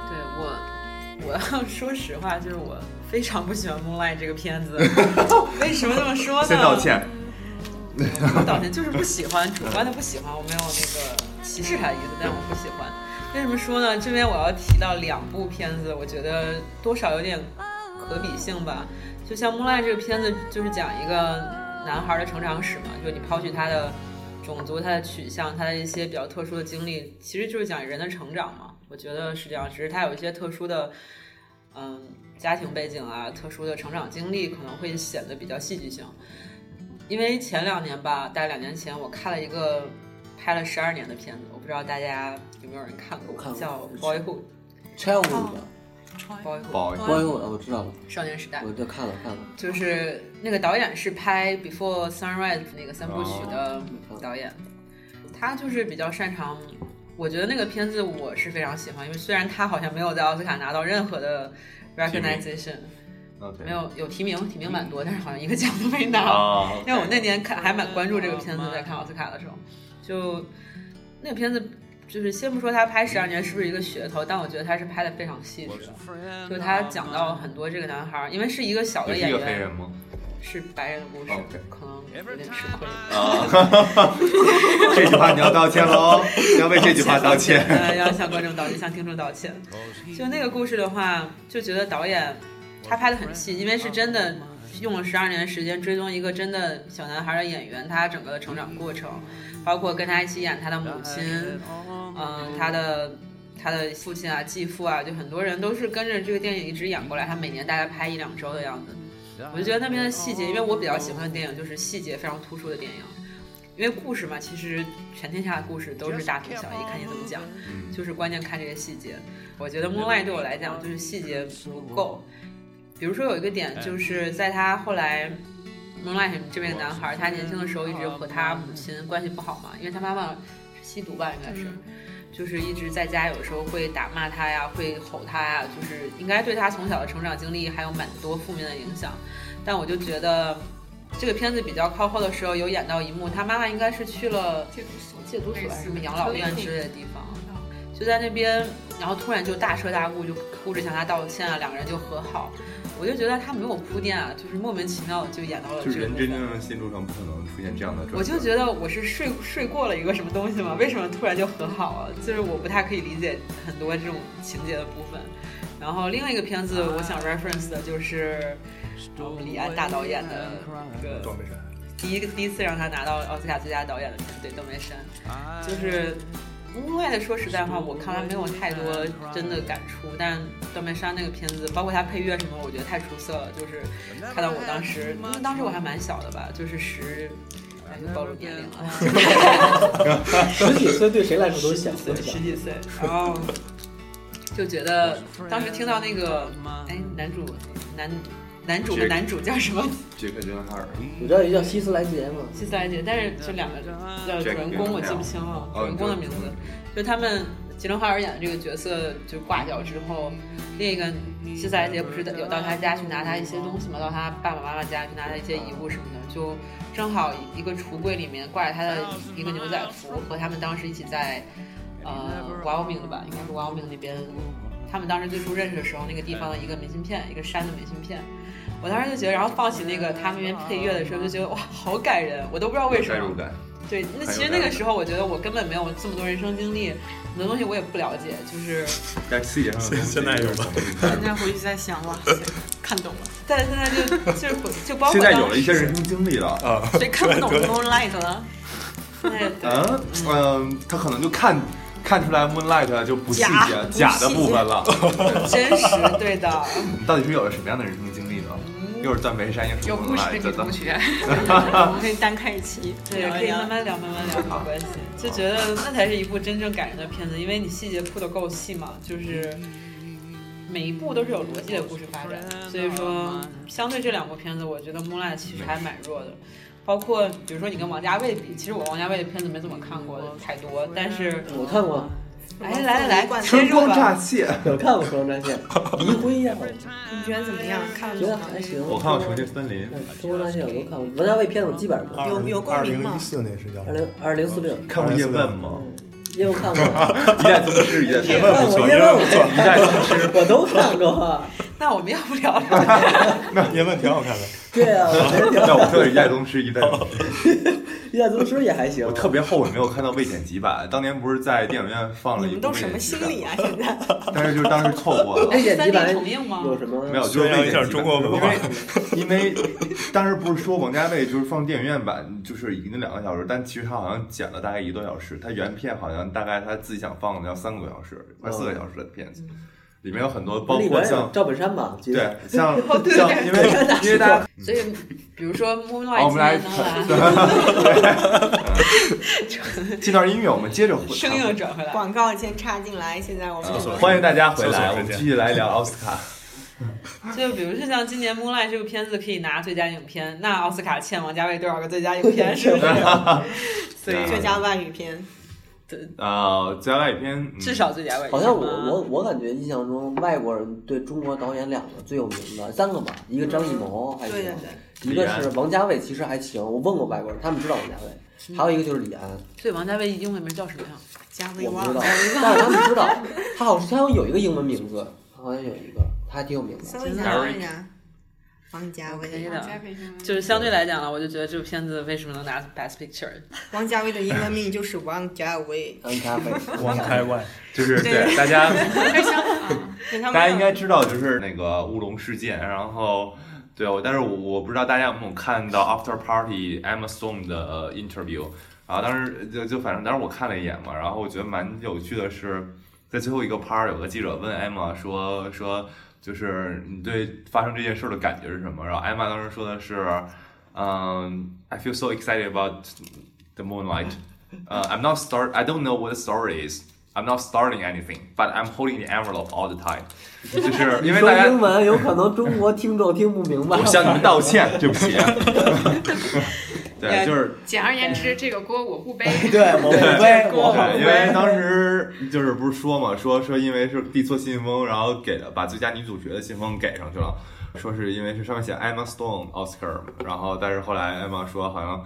A: 对我，我要说实话，就是我非常不喜欢《Moonlight》这个片 子。 为什么这么说呢？
B: 先道，歉，
A: 道歉， 就是不喜欢，主观的不喜欢，我没有那个歧视他的意思，但我不喜欢。为什么说呢？这边我要提到两部片子，我觉得多少有点可比性吧。就像《Moonlight》这个片子，就是讲一个男孩的成长史嘛，就是你抛去他的种族、他的取向、他的一些比较特殊的经历，其实就是讲人的成长嘛。我觉得是这样，只是他有一些特殊的，嗯，家庭背景啊，特殊的成长经历，可能会显得比较戏剧性。因为前两年吧，大概两年前，我看了一个拍了十二年的片子，我不知道大家有没有人看过，
C: 我看过
A: 叫《Boyhood
C: 拆我的，》
A: ，Boyhood
B: 保
C: 关于我的我知道了，
A: 少年时代
C: 我，就看了看了，
A: 就是那个导演是拍《Before Sunrise》那个三部曲
C: 哦
A: 的导演，他就是比较擅长。我觉得那个片子我是非常喜欢，因为虽然他好像没有在奥斯卡拿到任何的 recognition，
B: ，OK，
A: 没有有提名，提名蛮多，但是好像一个奖都没拿。
B: 啊，
A: 因为我那年看还蛮关注这个片子，在看奥斯卡的时候，就那个片子，就是先不说他拍十二年是不是一个噱头，但我觉得他是拍的非常细致的，就他讲到很多这个男孩儿，因为是一个小的
B: 也
A: 演
B: 是一个黑
A: 员
B: 人，吗？哦
A: 是白人的故事
B: OK，
A: 可能有点吃亏。
B: 啊， 这句话你要道歉 喽，要为这句话道歉。
A: 呃，要向观众道歉，向听众道歉。就那个故事的话，就觉得导演他拍的很细，因为是真的用了十二年时间追踪一个真的小男孩的演员，他整个的呃成长过程，包括跟他一起演他的母亲，嗯、他的他的父亲啊、继父啊，就很多人都是跟着这个电影一直演过来。他每年大概拍一两周的样子。哎我就觉得那边的细节，因为我比较喜欢的电影就是细节非常突出的电影。因为故事嘛，其实全天下的故事都是大同小异，看你怎么讲，就是关键看这个细节。我觉得《外对我来讲就是细节不够。比如说有一个点，就是在他后来蒙赖这位男孩，他年轻的时候一直和他母亲关系不好嘛，因为他妈妈是吸毒吧，应该是，就是一直在家有时候会打骂他呀，会吼他呀，就是应该对他从小的成长经历还有蛮多负面的影响。但我就觉得。这个片子比较靠后的时候，有演到一幕，他妈妈应该是去了
E: 戒毒所，
A: 戒毒所还是什么养
E: 类似
A: 老院之类的地方，就在那边，然后突然就大彻大悟，就哭着向他道歉啊，两个人就和好。我就觉得他没有铺垫啊，就是莫名其妙地就演到了
B: 就
A: 这
B: 是
A: 个
B: 人
A: 部
B: 真
A: 分。
B: 正的心路上不可能出现这样的转折。
A: 我就觉得我是睡睡过了一个什么东西吗？为什么突然就和好了？就是我不太可以理解很多这种情节的部分。然后另外一个片子，我想 reference 的就是呃李安大导演的这个
F: 赵本山。
A: 第一个第一次让他拿到奥斯卡最佳导演的对邓梅山，就是另外的说实在话，我看完没有太多真的感触，但邓梅山那个片子，包括他配乐什么，我觉得太出色了。就是看到我当时，因为当时我还蛮小的吧，就是十。哎就暴露年龄了，
C: 十几岁对谁来说都是小
A: 对，十
C: 岁吧？
A: 几岁，然后就觉得当时听到那个，哎，男主男男主和男主叫什么？
B: 杰克·杰伦哈尔，
C: 我知道有一个叫希斯莱杰嘛，
A: 西斯莱杰，但是这两个叫主人公我记不清了，主
B: 哦
A: 人公的名字，就他们吉伦哈尔演的这个角色就挂掉之后，另一个西斯莱杰不是有到他家去拿他一些东西嘛，到他爸爸妈妈家去拿他一些遗物什么的，就正好一个橱柜里面挂着他的一个牛仔服和他们当时一起在呃 Wyoming 的
D: 嗯
A: 吧，应该是 Wyoming 那边，他们当时最初认识的时候那个地方的一个明信片，一个山的明信片。我当时就觉得，然后放起那
D: 嗯
A: 个他们那边配乐的时候，就觉得哇，好感人，我都不知道为什
B: 代入
A: 么。
B: 感。
A: 对，那其实那个时候，我觉得我根本没有这么多人生经历，很多东西我也不了解，就是
B: 但细节上的东西
F: 现在有吧？
D: 现在回去再想了，看懂了，
A: 但现在就就是我就包括
B: 现在有
A: 当
B: 了
A: 时
B: 一些人生经历了。
F: 啊，
D: 谁看不懂 Moonlight 了？
A: 现在对
B: 嗯嗯，他可能就看看出来 Moonlight 就不细节
D: 假
B: 假的部分了。
A: 真实对的，
B: 到底是有了什么样的人生经历呢？又是断背山，又是
E: 有故事的
B: Moonlight
E: 女同
B: 的。
E: 学，
D: 我们可以单开一期，
A: 对，可以慢慢聊，慢慢聊，没关系。就觉得那才是一部真正感人的片子，因为你细节铺的够细嘛，就是每一步都是有逻辑的故事发展。所以说，相对这两部片子，我觉得《木兰》其实还蛮弱的。包括比如说你跟王家卫比，其实我王家卫的片子没怎么看过太多，但是
C: 我看过，
A: 哎来来来，
B: 春
A: 切入
B: 光乍
A: 吧。
B: 泄，
C: 有看过《双战线》，离婚呀，
D: 你觉得怎么
A: 哎
D: 样？看
C: 我
D: 了
C: 觉得
D: 吗
C: 还？行。
B: 我看过《 重庆森林》，
C: 嗯《中国战线》我都看过，王家卫片子我基本上不看。
D: 有有共鸣吗
I: 二零一四那是叫
C: 二零二零四六，
B: 看过《叶问》吗？
C: 因为我看过，
B: 一代宗师，一代宗
C: 叶
B: 师，
C: 问我叶问我也
B: 一代宗 师。
C: 我都看过。
A: 那我们要不聊啊聊？
I: 叶问挺好看的，
C: 对啊，我觉得
B: 但我说的是一代宗师，一代宗师。
C: 《一代宗师》也还行
B: 我。特别后悔没有看到未剪辑版，当年不是在电影院放了
D: 你
B: 一
D: 们
B: 部
D: 都
B: 未
D: 什
B: 剪
D: 么
B: 辑
D: 心
B: 版
D: 理啊？现在
B: 但是就是当时错 过了。
C: 那剪辑
A: 哎三 D
C: 版
A: 重映吗？
C: 有什么？
B: 没有，就是
F: 宣扬
B: 未
F: 一
B: 剪
F: 下
B: 辑
F: 中
B: 版
F: 国文化。
B: 因为因为当时不是说王家卫就是放电影院版，就是已经两个小时，但其实他好像剪了大概一个多小时，他原片好像大概他自己想放的要三个多小时，快四个小时的片子，里面有很多包
C: 里边
B: 括
C: 有
B: 像
C: 赵本山吧，我记
B: 对
C: 得。
B: 像
A: 哦
B: 像因为因为大家
A: 所以比如说《
B: 好，我 们
A: Moonlight
B: 来》
A: 呢，
B: 这段音乐，我们接着回
A: 生硬地转回来。
D: 广告先插进来，现在我们
B: 嗯
D: 我
B: 欢迎大家回
F: 搜索
B: 来，我
F: 时
B: 们
F: 间
B: 继续来聊奥斯卡。
A: 就比如说像今年《Moonlight》这部片子可以拿最佳影片，那奥斯卡欠王家卫多少个最佳影片？是 不是？所
D: 们最
A: 以
D: 佳外语片，
B: 呃，加外片嗯
A: 至少最佳外语片吧。
C: 好像我我我感觉印象中外国人对中国导演两个最有名的三个吧，一个张艺谋还
D: 对
C: 行，
D: 对对，
C: 一个是王家卫，其实还行。我问过外国人，他们知道王家
D: 嗯
C: 卫，还有一个就是李
D: 啊
C: 安，
A: 对王家卫英文名叫什么呀？
D: 加微
C: 我不知
D: 忘
C: 道
D: 了。，
C: 但是他们知 道，他好像他好像有一个英文名字，好像有一个，他还挺有名的。
D: 搜一下，搜一下，王家
A: 真
D: 卫，
A: 的
E: 在北京
A: 就是相对来讲了，我就觉得这部片子为什么能拿 Best Picture？
D: 王家卫的英文名就是王家 卫，
C: 安咖啡，
F: 王开外，
B: 就是对大家
D: 跟他们
B: 大家应该知道，就是那个乌龙事件，然后。对，啊我但是我我不知道大家有没有看到 After Party Emma Stone 的呃 interview，然后当时就就反正当时我看了一眼嘛，然后我觉得蛮有趣的是，在最后一个趴儿，有个记者问艾玛说说，就是你对发生这件事儿的感觉是什么？然后艾玛当时说的是，嗯、i feel so excited about the moonlight. Uh, I'm not start. I don't know what the story is. I'm not starting anything, but I'm holding the envelope all the time. 就是因为
C: 说
B: 大家
C: 英文有可能中国听众听不明白。
B: 我向你们 道歉，对不 起。对，就是
E: 简而言之，这个锅我不背。
C: 对，我不背，我
B: 对，
C: 不
B: 因为
C: 背。
B: 当时就是不是说嘛，说说因为是递错信封，然后给了把最佳女主角的信封给上去了，说是因为是上面写 Emma Stone Oscar，然后但是后来 Emma 说好像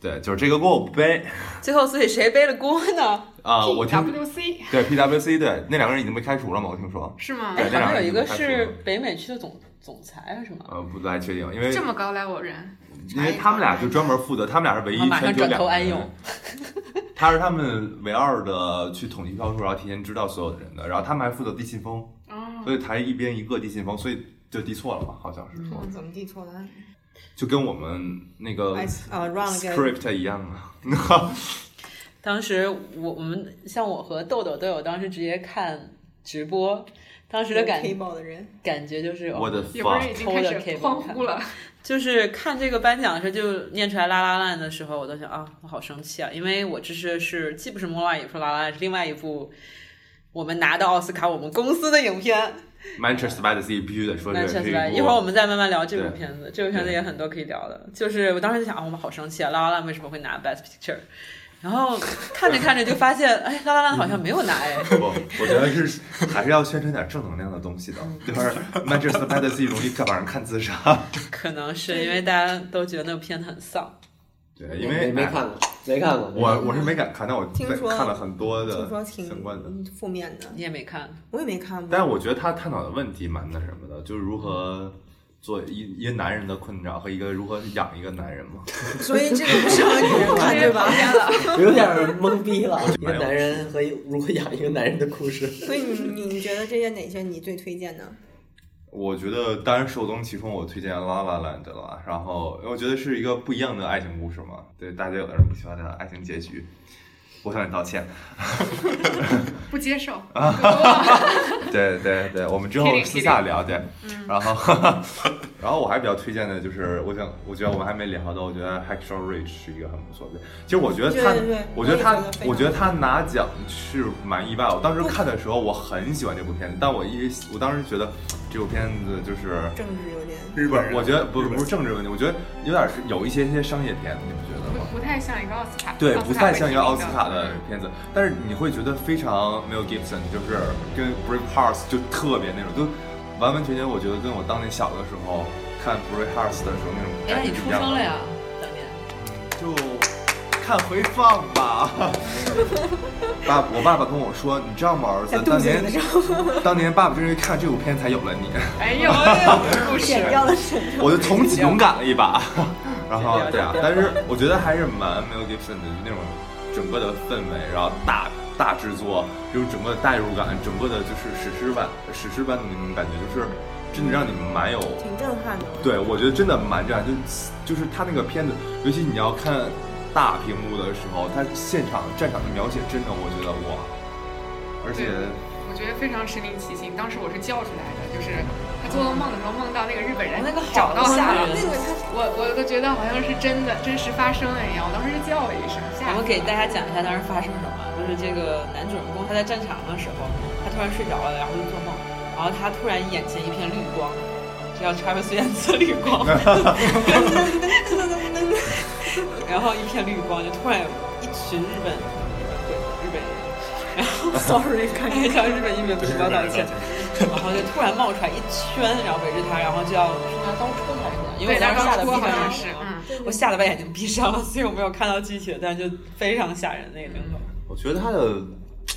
B: 对，就是这个锅我不背
A: 最后，所以谁背了锅呢？
B: 啊、我听
E: WC
B: 对 PWC 对那两个人已经被开除了嘛，我听说，
E: 是吗
B: 对？
A: 好
B: 这两
A: 像
B: 个
A: 哎有一个
B: 人已经
A: 是
B: 开除了
A: 北美区的总总裁还是什么？
B: 呃不太确定，因为
E: 这么高 level 人，
B: 因为他们俩就专门负责，他们俩是唯一
E: 啊
A: 我马上
B: 全球
A: 转
B: 两
A: 头
B: 个
A: 安
B: 人
A: 用。
B: 他是他们唯二的去统计票数，然后提前知道所有的人的，然后他们还负责递信封，
E: 哦，
B: 所以台一边一个递信封，所以就递错了嘛，好像是说，
D: 怎么递错的？
B: 就跟我们那个
D: 哎，呃，run 了个
B: script 一样啊。
A: 当时我我们像我和豆豆都有当时直接看直播，当时的感
D: table 的人，
A: 感觉就是哦
B: 我的
E: 也不是
B: fuck，
E: 已经开始欢呼了，
A: 就是看这个颁奖的时候，就念出来拉拉烂的时候，我都想啊，我好生气啊，因为我这是是既不是莫拉，也不是拉拉烂，是另外一部我们拿到奥斯卡我们公司的影片。
B: Manchester by the Sea 必须得说
A: 那
B: 这
A: 确
B: 是
A: 实吧，啊
B: 一
A: 一会儿我
B: 部
A: 们再慢慢聊这部
B: 对
A: 片子，这部片子也很多可以聊的。就是我当时就想啊，我们好生气啊，拉拉烂为什么会拿 Best Picture？然后看着看着就发现， 哎，拉拉烂好像没有拿哎。
B: 不，我觉得是还是要宣传点正能量的东西的，就是 Manchester by the Sea 容易把人看自 杀。
A: 可能是因为大家都觉得那部片子很丧，
B: 对，因为
C: 没没看过，没看过。
B: 我我是没敢看，但我
D: 听
B: 在
D: 说
B: 看了很多
D: 听说
B: 的
D: 挺
B: 相关的。
D: 负面的，
A: 你也没看。
D: 我也没看过。
B: 但我觉得他探讨的问题蛮那什么的，就是如何做一一个男人的困扰和一个如何养一个男人嘛。
D: 所以这个不适合女人看，对吧？
C: 有点懵逼了。一个男人和一如何养一个男人的故事，
D: 所以你你觉得这些哪些你最推荐呢？
B: 我觉得当然首当其冲，我推荐《La La Land》了。啊然后因为我觉得是一个不一样的爱情故事嘛，对大家有的人不喜欢的爱情结局，我向你道歉。
E: 不接 受。
B: 对对对，我们之后
E: Kidding,
B: 私下聊对。
D: 嗯
B: 然后，然后我还比较推荐的就是，我想，我觉得我们还没聊到，我觉得《Hacksaw Ridge》是一个很不错的。其实我觉得他，
D: 对对对
B: 我觉得
D: 我
B: 他
D: 也觉得，非常
B: 我觉得他拿奖是蛮意外。我当时看的时候，我很喜欢这部片子，但我一我当时觉得这部片子就是。
D: 政治有点，
F: 日本人，
B: 我觉得不
F: 日本
B: 不是政治问题，我觉得有点是有一些些商业片，你不觉得吗？
E: 不不太像一个奥斯卡，
B: 对
E: 奥，斯
B: 不
E: 卡
B: 太像一个
E: 会
B: 奥
E: 提
B: 斯
E: 名
B: 卡的片子，但是你会觉得非常没有 Gibson，就是跟 b r a v e h e a r t s 就特别那种，就完完全全，我觉得跟我当年小的时候看 b r a v e h e a r t s 的时候那种感
A: 哎，那
B: 觉一
A: 你出
B: 样
A: 生
B: 的
A: 了呀？当年。
B: 就看回放吧。爸，我爸爸跟我说，你知道吗，儿子，当年当年爸爸就是因为看这部片才有了你，
E: 哎呦，哎呦，故事
D: 剪掉了谁？
B: 我就从此勇敢了一把。然后
A: 对
B: 对啊，但是我觉得还是蛮 Mel Gibson 的，就那种整个的氛围，然后大大制作，就是整个的代入感，整个的就是史诗版史诗般的那种感觉，就是真的让你们蛮有。
D: 挺震撼的。
B: 对，我觉得真的蛮震撼，就就是他那个片子，尤其你要看大屏幕的时候，他现场战场的描写，真的我觉得哇，而且
E: 我觉得非常身临其境。当时我是叫出来的，就是他做噩梦的时候梦到那个日本人
A: 那个好
E: 找到他
A: 吓
E: 了
A: 人，啊
D: 那个他
E: 我我都觉得好像是真的 真实发生了一样。我当时就叫了一声，吓
A: 我
E: 死了
A: 们给大家讲一下当时发生什么，就是这个男主人公他在战场的时候，他突然睡着了，然后就做梦，然后他突然眼前一片绿光，这叫 Travis Scott 的绿光， 然后一片绿光就突然有一群日本日本人，然后 sorry，看一下日本音乐不是要道歉， 然后就突然冒出来一圈，然后围着他，然后就要拿刀戳他，因为
E: 对，
A: 我当
E: 大
A: 时吓
E: 刚
A: 得
E: 说好
A: 不敢
E: 像
A: 声
E: 是，嗯，
A: 我吓得把眼睛闭上了，所以我没有看到具体的，但就非常吓人那个镜头。
B: 我觉得他的，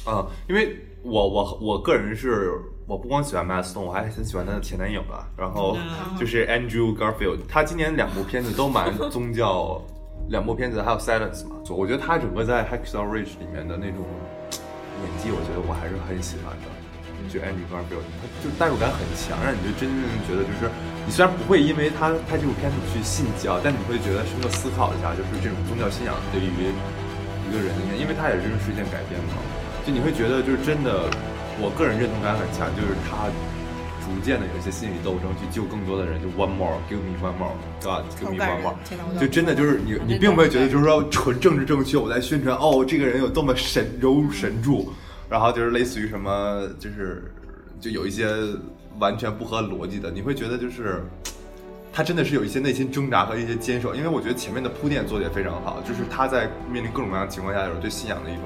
B: 啊、因为我我我个人是，我不光喜欢 m a s t o n 我还很喜欢他的前男友啊，然后就是 Andrew Garfield，他今年两部片子都蛮宗教， 两部片子还有 Silence 嘛，我觉得他整个在 Hacksaw Ridge 里面的那种演技，我觉得我还是很喜欢的。就 Andrew Garfield，他就代入感很强，让你就真正觉得就是，你虽然不会因为他拍这部片子去信教，但你会觉得深刻思考一下，就是这种宗教信仰对于一个人的，因为他也是真实事件改编嘛，就你会觉得就是真的我个人认同感很强，就是他逐渐的有一些心理斗争，去救更多的人，就 one more，give me one more，对吧？give
D: 好
B: me
D: 感
B: one
D: 人
B: more，，
D: 天哪，我
B: 就
D: 都
B: 真的就是你，你并没有觉得就是说纯政治正确，我在宣传哦，这个人有多么神柔神助，然后就是类似于什么，就是就有一些完全不合逻辑的，你会觉得就是他真的是有一些内心挣扎和一些坚守，因为我觉得前面的铺垫做的也非常好，就是他在面临各种各样的情况下，有对信仰的一种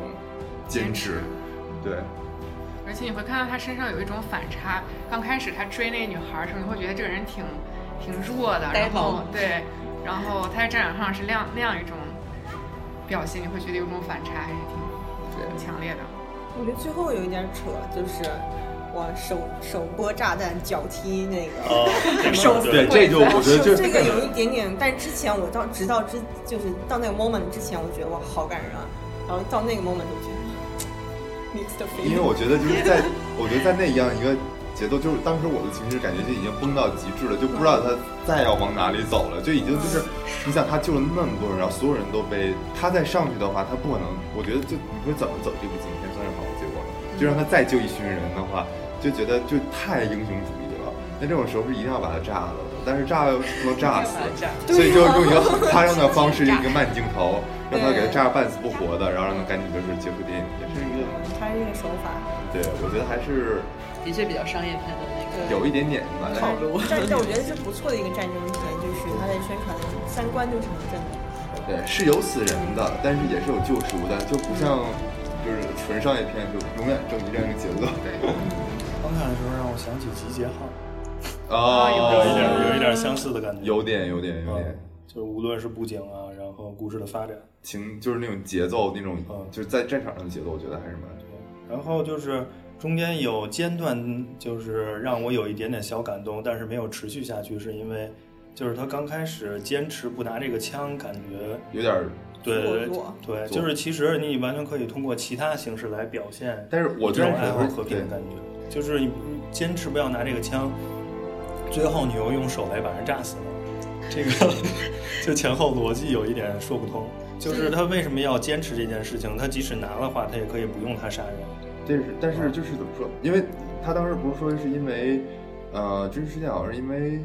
B: 坚持，对，
E: 而且你会看到他身上有一种反差。刚开始他追那个女孩的时候，你会觉得这个人挺挺弱的，
A: 呆
E: 然
A: 萌
E: 后对，然后他在战场上是那样那样一种表现，你会觉得有种反差，还是挺挺强烈的。
D: 我觉得最后有一点扯，就是我手手拨炸弹，脚踢那个。
F: 哦，
D: 手
F: 对
B: 对，这就我觉得就
D: 这个有一点点，但之前我到直到之就是到那个 moment 之前，我觉得哇好感人啊，然后到那个 moment 我觉得 mixed feeling。
B: 因为我觉得就是 在，我觉得在那样一个节奏，就是当时我的情绪感觉就已经崩到极致了，就不知道他再要往哪里走了，就已经就是，你想他救了那么多人，然后所有人都被他再上去的话，他不可能，我觉得就你会怎么走这部今天算是好的结果了，就让他再救一群人的话，就觉得就太英雄主义了。那这种时候是一定要把他炸了的，但是炸又不能炸死，所以就用一个很夸张的方式，一个慢镜头，让他给他炸半死不活的，然后让他赶紧就是结束电影，也是一个。
A: 嗯
D: 他这个手法，
B: 对，我觉得还是
A: 的确比较商业片的那个。
B: 有一点点吧。但是
D: 但但我觉得是不错的一个战争片，就是他在宣传的三观都是很正的。
B: 对，是有死人的，但是也是有救赎的，就不像就是纯商业片，就永远正义这样一个节哦奏。
F: 观看的时候让我想起集结号，
D: 啊
F: 有一
B: 哦，
F: 点有一点相似的感觉，
B: 有点，有点，有点
F: 嗯，，就是无论是布景啊，然后故事的发展，
B: 情就是那种节奏，那种
F: 嗯
B: 就是在战场上的节奏，我觉得还是蛮。
F: 然后就是中间有间断，就是让我有一点点小感动，但是没有持续下去，是因为就是他刚开始坚持不拿这个枪，感觉
B: 有点儿，
F: 对
D: 弱
F: 对，就是其实你完全可以通过其他形式来表现
B: 但是我
F: 这
B: 觉得
F: 种爱好
B: 我
F: 和平
B: 对
F: 的感觉，就是你坚持不要拿这个枪，最后你又用手来把人炸死了，这 个就前后逻辑有一点说不通。就是他为什么要坚持这件事情？他即使拿的话，他也可以不用他杀人。
B: 这是，但是就是怎么说？因为他当时不是说是因为，呃，真实事件好像是因为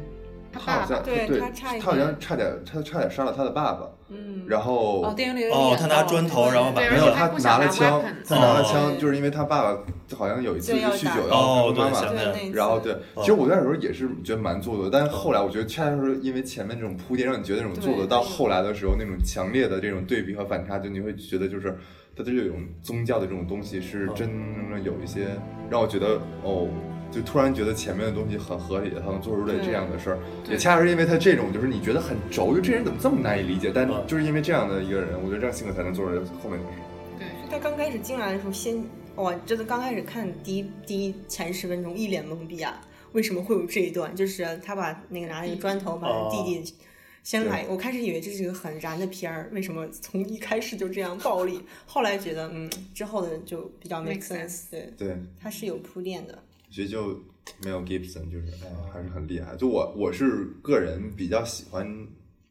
B: 他好像
D: 对
B: 对
D: 他差一
B: 他好像差点他差点杀了他的爸爸，
D: 嗯，
B: 然后
A: 哦，电影里有
F: 哦
A: 演，
F: 他
A: 到
F: 拿砖头，然后把
E: 对
B: 没
E: 而
B: 有，
E: 且
B: 他
E: 他不
B: 拿
E: 想
B: 了
E: 拿
B: 枪
E: weapons，
B: 他拿了
F: 哦
B: 枪，就是因为他爸爸好像有一次
D: 对
B: 是
D: 要
B: 酗
D: 打
B: 酒要
F: 哦，
B: 跟
F: 对
B: 妈，妈
F: 想起来
D: 对
F: 了哦
D: 那。
B: 然后对，其实我那时候也是觉得蛮做作，但是后来我觉得恰恰是因为前面这种铺垫，让你觉得那种做作，
D: 对
B: 到后来的时候那种强烈的这种对比和反差，就你会觉得就是它这有一种宗教的这种东西是
F: 哦
B: 真正的有一些让我觉得哦，就突然觉得前面的东西很合理，他能做出来这样的事儿，也恰恰是因为他这种就是你觉得很轴，就这人怎么这么难以理解，但
F: 嗯
B: 就是因为这样的一个人，我觉得这样性格才能做出来后面的事。
E: 对，
D: 他刚开始进来的时候先，哇，真的刚开始看第一第一前十分钟一脸懵逼啊，为什么会有这一段？就是他把那个拿那个砖头把
F: 哦
D: 弟弟先来，我开始以为这是个很燃的片儿，为什么从一开始就这样暴力？后来觉得嗯，之后的就比较 make
E: Make sense
D: sense，对，
B: 对，
D: 它是有铺垫的。
B: 所以就没有 Gibson，就是哎呀，还是很厉害。就我我是个人比较喜欢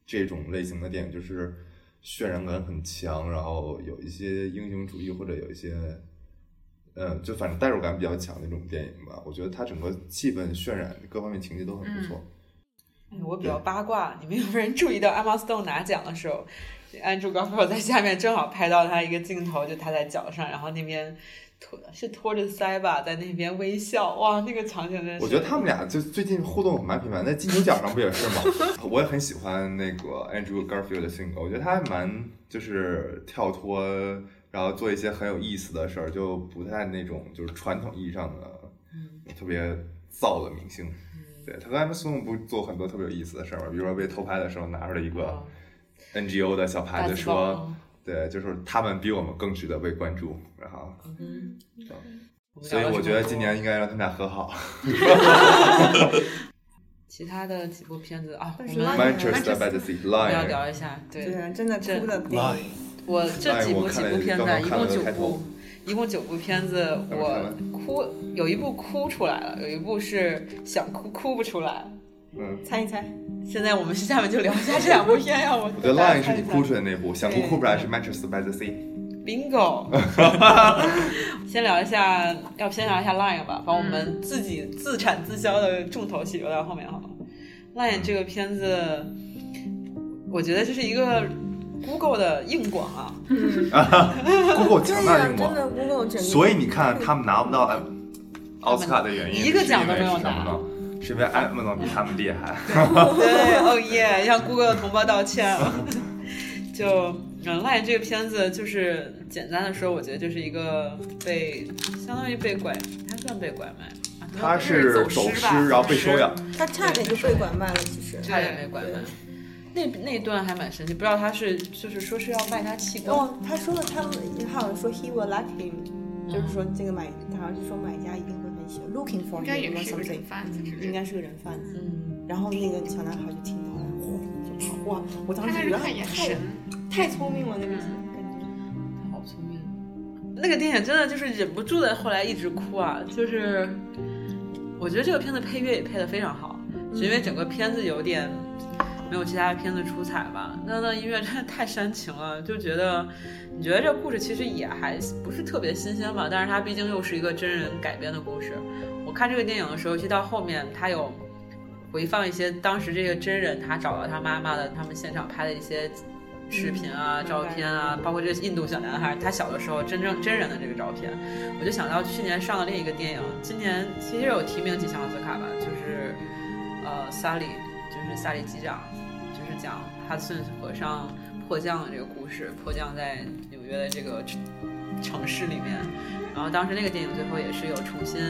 B: 这种类型的电影，就是渲染感很强，然后有一些英雄主义或者有一些，嗯，就反正代入感比较强的那种电影吧。我觉得它整个气氛渲染各方面情节都很不错。
A: 哎我比较八卦，你们有没有人注意到 Emma Stone 拿奖的时候，Andrew Garfield 在下面正好拍到他一个镜头，就他在脚上，然后那边拖是拖着腮吧，在那边微笑，哇，那个场景真的是。
B: 我觉得他们俩就最近互动蛮频繁，在金球奖上不也是吗？ 我也很喜欢那个 Andrew Garfield 的性格，我觉得他还蛮就是跳脱，然后做一些很有意思的事儿，就不太那种就是传统意义上
A: 嗯
B: 的特别燥的明星。对他跟 M. Stone 不是做很多特别有意思的事儿吗？比如说被偷拍的时候拿出了一
A: 哦
B: 个 NGO 的小牌子说，
A: 嗯，
B: 对，就是他们比我们更值得被关注。然后，
A: 嗯们
B: 所以
A: 聊了
B: 我
A: 这
B: 觉
A: 么
B: 得
A: 多
B: 今年应该让他们俩和 好。
A: 其他的几部片子啊，我
D: 但
A: 们
D: 是
A: 我
B: Manchester by the Sea
A: 们
B: Lion
A: 要。聊一下，对，
D: 对，啊真的
A: 这
D: 哭的电影，
A: 我这
B: 哎
A: 几部
B: 我
A: 几
B: 看了
A: 部片子
B: 刚
A: 啊，
B: 刚
A: 一
B: 看
A: 共
B: 了
A: 九
B: 开头
A: 部，一共九部片子，
B: 怎么
A: 我哭有一部哭出来了，有一部是想哭哭不出来。
B: 嗯，
D: 猜一猜，
A: 现在我们下面就聊一下这两部片，要我
B: 我觉得 Line 是你哭
A: 出
B: 出来那部，想哭哭不来是 Manchester by the Sea。
A: bingo。先聊一下，要不先聊一下 Line 吧，把我
D: 嗯
A: 们自己自产自销的重头戏留到后面好了。Line 这个片子，我觉得这是一个 Google 的硬广啊，
B: ，Google 强
D: 对
B: 大
D: 呀，
B: 英
D: 真
B: 国，
D: 的 Google 整个，
B: 啊所以你看他们拿不到呃奥斯卡的原因，
A: 一个奖都没有
B: 是因为
A: 拿
B: 是因为艾蒙比他们厉害。
A: 对，哦耶，向 Google 的同胞道歉了。就嗯，赖这个片子就是简单的说，我觉得就是一个被相当于被拐，他算被拐卖吗，
B: 他是走
E: 走失
B: 失
E: 吧，
B: 然后被收养，
D: 他差点就被拐卖了，其实。
A: 差点被拐卖。那那一段还蛮神奇，不知道他是就是说是要卖他器官，
D: 哦，他说了，他们他好像说 he will like him，就是说这个买，他好像是说买家一定会很喜欢 looking for
E: 嗯应该
D: him
E: 也
D: or
E: 是个人
D: something，
E: 贩子之类
D: 应
E: 的。
D: 该是个人贩子。
A: 嗯，
D: 然后那个小男孩就听到了，呼就跑哇！我当
E: 他开
D: 时觉
E: 始
D: 得
E: 看眼神，
D: 太聪明了，那个
E: 嗯
D: 感觉。
A: 他好聪明。那个电影真的就是忍不住的，后来一直哭啊，就是我觉得这个片子配乐也配得非常好，只因为整个片子有点没有其他片子出彩吧。那那音乐真的太煽情了，就觉得你觉得这故事其实也还不是特别新鲜吧，但是它毕竟又是一个真人改编的故事。我看这个电影的时候，其实到后面它有回放一些当时这个真人他找到他妈妈的，他们现场拍的一些。视频啊，
D: 嗯
A: 照片啊，包括这个印度小男孩他小的时候真正真人的这个照片，我就想到去年上的另一个电影，今年其实有提名几项奥斯卡吧，就是呃，萨里就是萨里机长，就是讲哈森和尚迫降的这个故事，迫降在纽约的这个城城市里面。然后当时那个电影最后也是有重新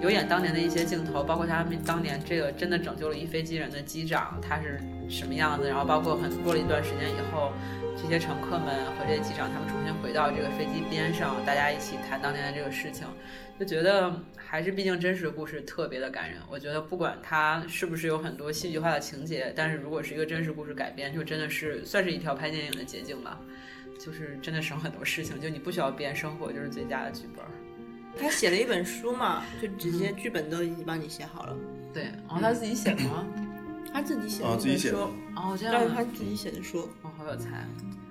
A: 有演当年的一些镜头，包括他们当年这个真的拯救了一飞机人的机长他是什么样子，然后包括很过了一段时间以后，这些乘客们和这些机长他们重新回到这个飞机边上，大家一起谈当年的这个事情。就觉得还是毕竟真实故事特别的感人。我觉得不管它是不是有很多戏剧化的情节，但是如果是一个真实故事改编，就真的是算是一条拍电影的捷径吧。就是真的省很多事情，就你不需要编，生活就是最佳的剧本。
D: 他写了一本书嘛，就直接剧本都已经帮你写好了，
A: 对，然后他自己写的吗？
D: 他自己写的
F: 啊
D: 一
F: 自己
D: 本
F: 写的
D: 书，
A: 哦，这样
D: 但是
A: 啊，
D: 他自己写的书。
A: 哦，好有才，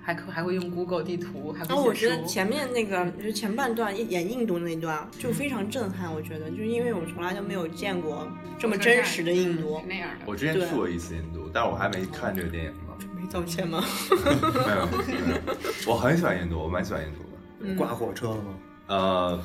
A: 还可还会用 Google 地图，还
D: 然后哦我
A: 会
D: 觉
A: 写书。
D: 得前面那个就是前半段演印度那一段就非常震撼，我觉得就是因为我从来都没有见过这么真实的印
A: 嗯
D: 度
E: 是。那样的。
B: 我之前去过一次印度，但是我还没看这个电影呢。
D: 没道歉吗？
B: 没 有，没有我很喜欢印度，我蛮喜欢印度的。
D: 嗯
F: 挂火车了吗？
B: 呃，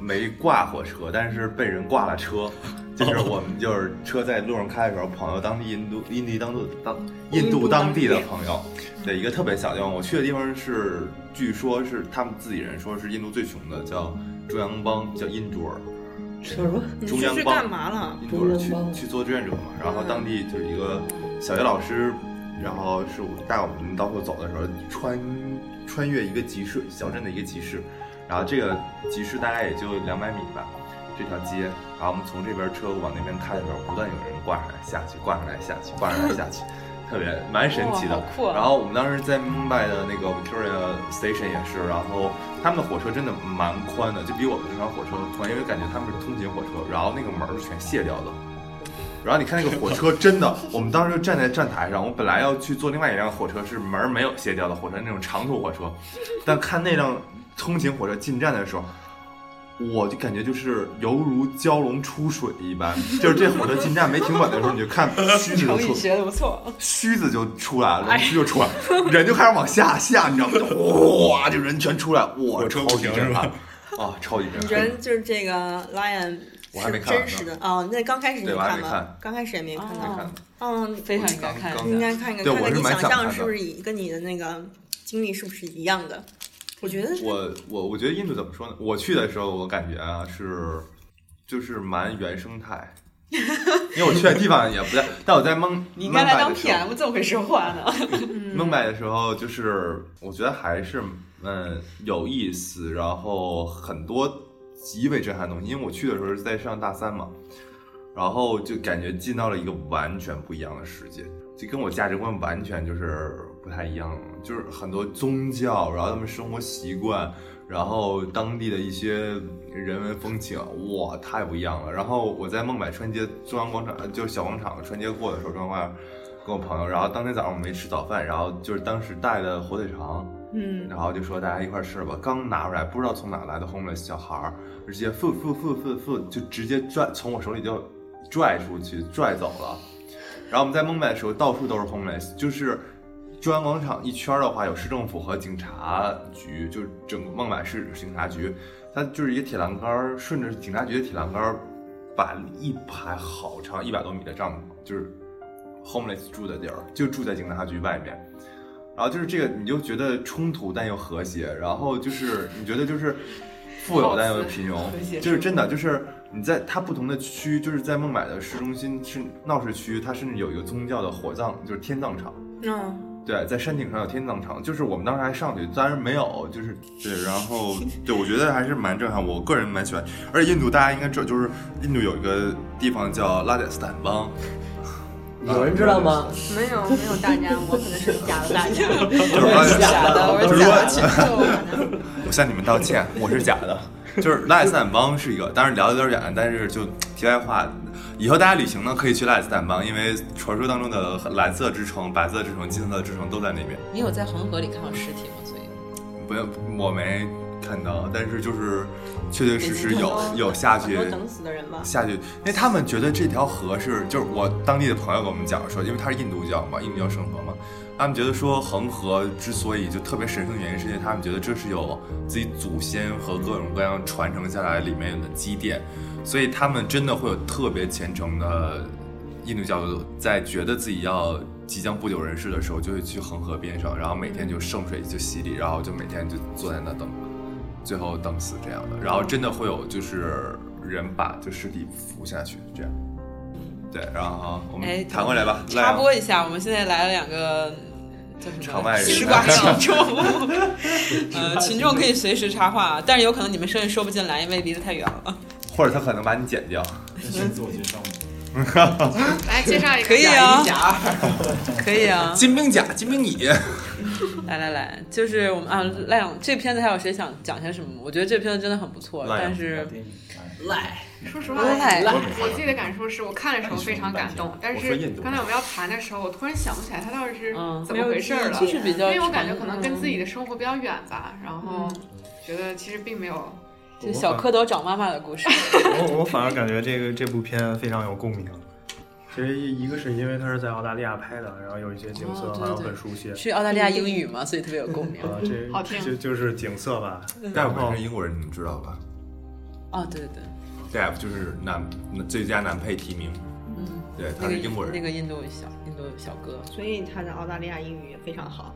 B: 没挂火车，但是被人挂了 车。
F: 哦
B: 就是我们就是车在路上开的时候，朋友当地印度印地当地当印度当地的朋友，对一个特别小地方，我去的地方是据说是他们自己人说是印度最穷的，叫中央邦，叫印度尔，
C: 什么？
D: 你
B: 中
D: 出
B: 央
D: 去
B: 邦。
D: 干嘛了？
B: 印度人去
C: 中央邦
B: 去做志愿者嘛，然后当地就是一个小学老师，然后是我带我们到处走的时候，穿穿越一个集市小镇的一个集市，然后这个集市大概也就两百米吧，这条街，然后我们从这边车往那边开的时候，不断有人挂上来下去，挂上来下去，挂上来下去，特别蛮神奇的
A: 哇好。酷啊
B: 然后我们当时在 Mumbai 的那个 Victoria Station 也是，然后他们的火车真的蛮宽的，就比我们正常火车宽，因为感觉他们是通勤火车，然后那个门儿是全卸掉的。然后你看那个火车，真的，我们当时就站在站台上。我本来要去坐另外一辆火车，是门儿没有卸掉的火车，那种长途火车。但看那辆通勤火车进站的时候，我就感觉就是犹如蛟龙出水一般，就是这火车进站没停稳的时候，你就看须子就
A: 成语
B: 出，
A: 学的不错，
B: 须子就出来
A: 哎
B: 了，须就出来，人就开始往下下，你知道吗？就哇，就人全出来，哇，
F: 火车
B: 超
F: 不
B: 级
F: 停
B: 震
F: 是
B: 撼
F: 吧
B: 啊，超级震撼！
D: 人就是这个 lion
B: 我还没
D: 是
B: 看完呢
D: 真实的哦，那刚开始你
B: 对我还
D: 看
B: 没
D: 吗
B: 看？
D: 刚开始也没看
A: 哦
D: 到。
B: 看
D: 嗯，
A: 非常应该看。
B: 刚
D: 应该看一看，
B: 对
D: 看
B: 我
D: 看
B: 是
D: 你
B: 蛮
D: 想
B: 想看
D: 象
B: 的
D: 是不是以跟你的那个经历是不是一样的？我觉得
B: 我我我觉得印度怎么说呢？我去的时候，我感觉啊是就是蛮原生 态，因为我去的地方也不在，但我在蒙
A: 你应
B: 蒙
A: 该
B: 拜
A: 来当
B: 的时候，
A: PM，怎么会说话呢？
B: 孟买的时候，就是我觉得还是嗯有意思，然后很多极为震撼的东西。因为我去的时候是在上大三嘛，然后就感觉进到了一个完全不一样的世界，就跟我价值观完全就是不太一样了，就是很多宗教，然后他们生活习惯，然后当地的一些人文风情，哇，太不一样了。然后我在孟买穿街中央广场，呃就是小广场穿街过的时候，中央广场跟我朋友，然后当天早上我没吃早饭，然后就是当时带的火腿肠，
D: 嗯，
B: 然后就说大家一块儿吃吧。刚拿出来，不知道从哪来的 homeless 小孩儿，直接 foot foot foot foot foot 就直接拽从我手里就拽出去，拽走了。然后我们在孟买的时候，到处都是 homeless，就是中央广场一圈儿的话，有市政府和警察局，就是整个孟买市警察局，它就是一个铁栏杆儿，顺着警察局的铁栏杆儿，把一排好长一百多米的帐篷，就是 homeless 住的地儿，就住在警察局外面。然后就是这个，你就觉得冲突但又和谐，然后就是你觉得就是富有但又贫
A: 好刺
B: 穷，
A: 激
B: 就是真的就是你在它不同的区，就是在孟买的市中心是闹市区，它甚至有一个宗教的火葬，就是天葬场。
D: 嗯，
B: 对，在山顶上有天葬场，就是我们当时还上去，当然没有，就是
I: 对，然后对，我觉得还是蛮震撼，我个人蛮喜欢。而且印度大家应该知道，就是印度有一个地方叫拉贾斯坦邦，
C: 有人知道吗？
D: 没有没有大家，我可能是假的大家，
B: 就是拉贾，
A: 假的， 我是
I: 如
A: 假
I: 果
A: 的。
B: 我向你们道歉，我是假的。就是拉贾斯坦邦是一个，当然聊的有点远，但是就题外话，以后大家旅行呢可以去拉贾斯坦邦，因为传说当中的蓝色之城、白色之城、金色之城都在那边。
A: 你有在恒河里看到尸体吗？所以
B: 不要，我没看到，但是就是确确实实有有下
D: 很
B: 去
D: 多等死的人吧。
B: 下去，因为他们觉得这条河是，就是我当地的朋友跟我们讲说，因为他是印度教嘛，印度教圣河嘛，他们觉得说恒河之所以就特别神圣，原因是因为他们觉得这是有自己祖先和各种各样传承下来里面的积淀，所以他们真的会有特别虔诚的印度教徒，在觉得自己要即将不久人世的时候，就会去恒河边上，然后每天就圣水就洗礼，然后就每天就坐在那等。最后等死这样的，然后真的会有就是人把这尸体扶下去这样。对，然后我
A: 哎
B: 们谈回来吧，啊
A: 插 播一下，我们现在来了两个。就是
B: 场外人
A: 吃瓜群 众，呃，群众可以随时插话，啊但是有可能你们甚至说不进来，因为离得太远了。
B: 或者他可能把你剪掉。
I: 先自我介绍吗？
E: 来介绍一个，
A: 可以啊，可以啊，
B: 金兵甲、金兵乙，
A: 来来来，就是我们啊，赖阳这片子还有谁想讲些什么？我觉得这片子真的很不错，
B: 赖阳
A: 但是
E: 说实话，
A: 赖
I: 我
E: 我自己的感受是我看的时候非常感动，但是刚才我们要谈的时候，我突然想不起来它到底是
A: 嗯
E: 怎么回事儿了，
A: 就是比较
E: 因为我感觉可能跟
A: 嗯
E: 自己的生活比较远吧，然后觉得其实并没有。
A: 就小蝌蚪找妈妈的 故事，
F: 我我反而感觉这个这部片非常有共鸣。其实一一个是因为它是在澳大利亚拍的，然后有一些景色
A: 哦对
F: 好像
A: 对
F: 很熟悉。
A: 去澳大利亚英语嘛，所以特别有共鸣。
F: 啊，这
E: 好听
F: 就就是景色吧。
B: 戴夫是英国人，你们知道吧？
A: 哦，对对对，
B: 戴夫就是男最佳男配提名，
A: 嗯，
B: 对，
A: 那
B: 他
A: 个
B: 是英国
A: 那
B: 人。
A: 个印度小印度小哥，
D: 所以他的澳大利亚英语也非 常好，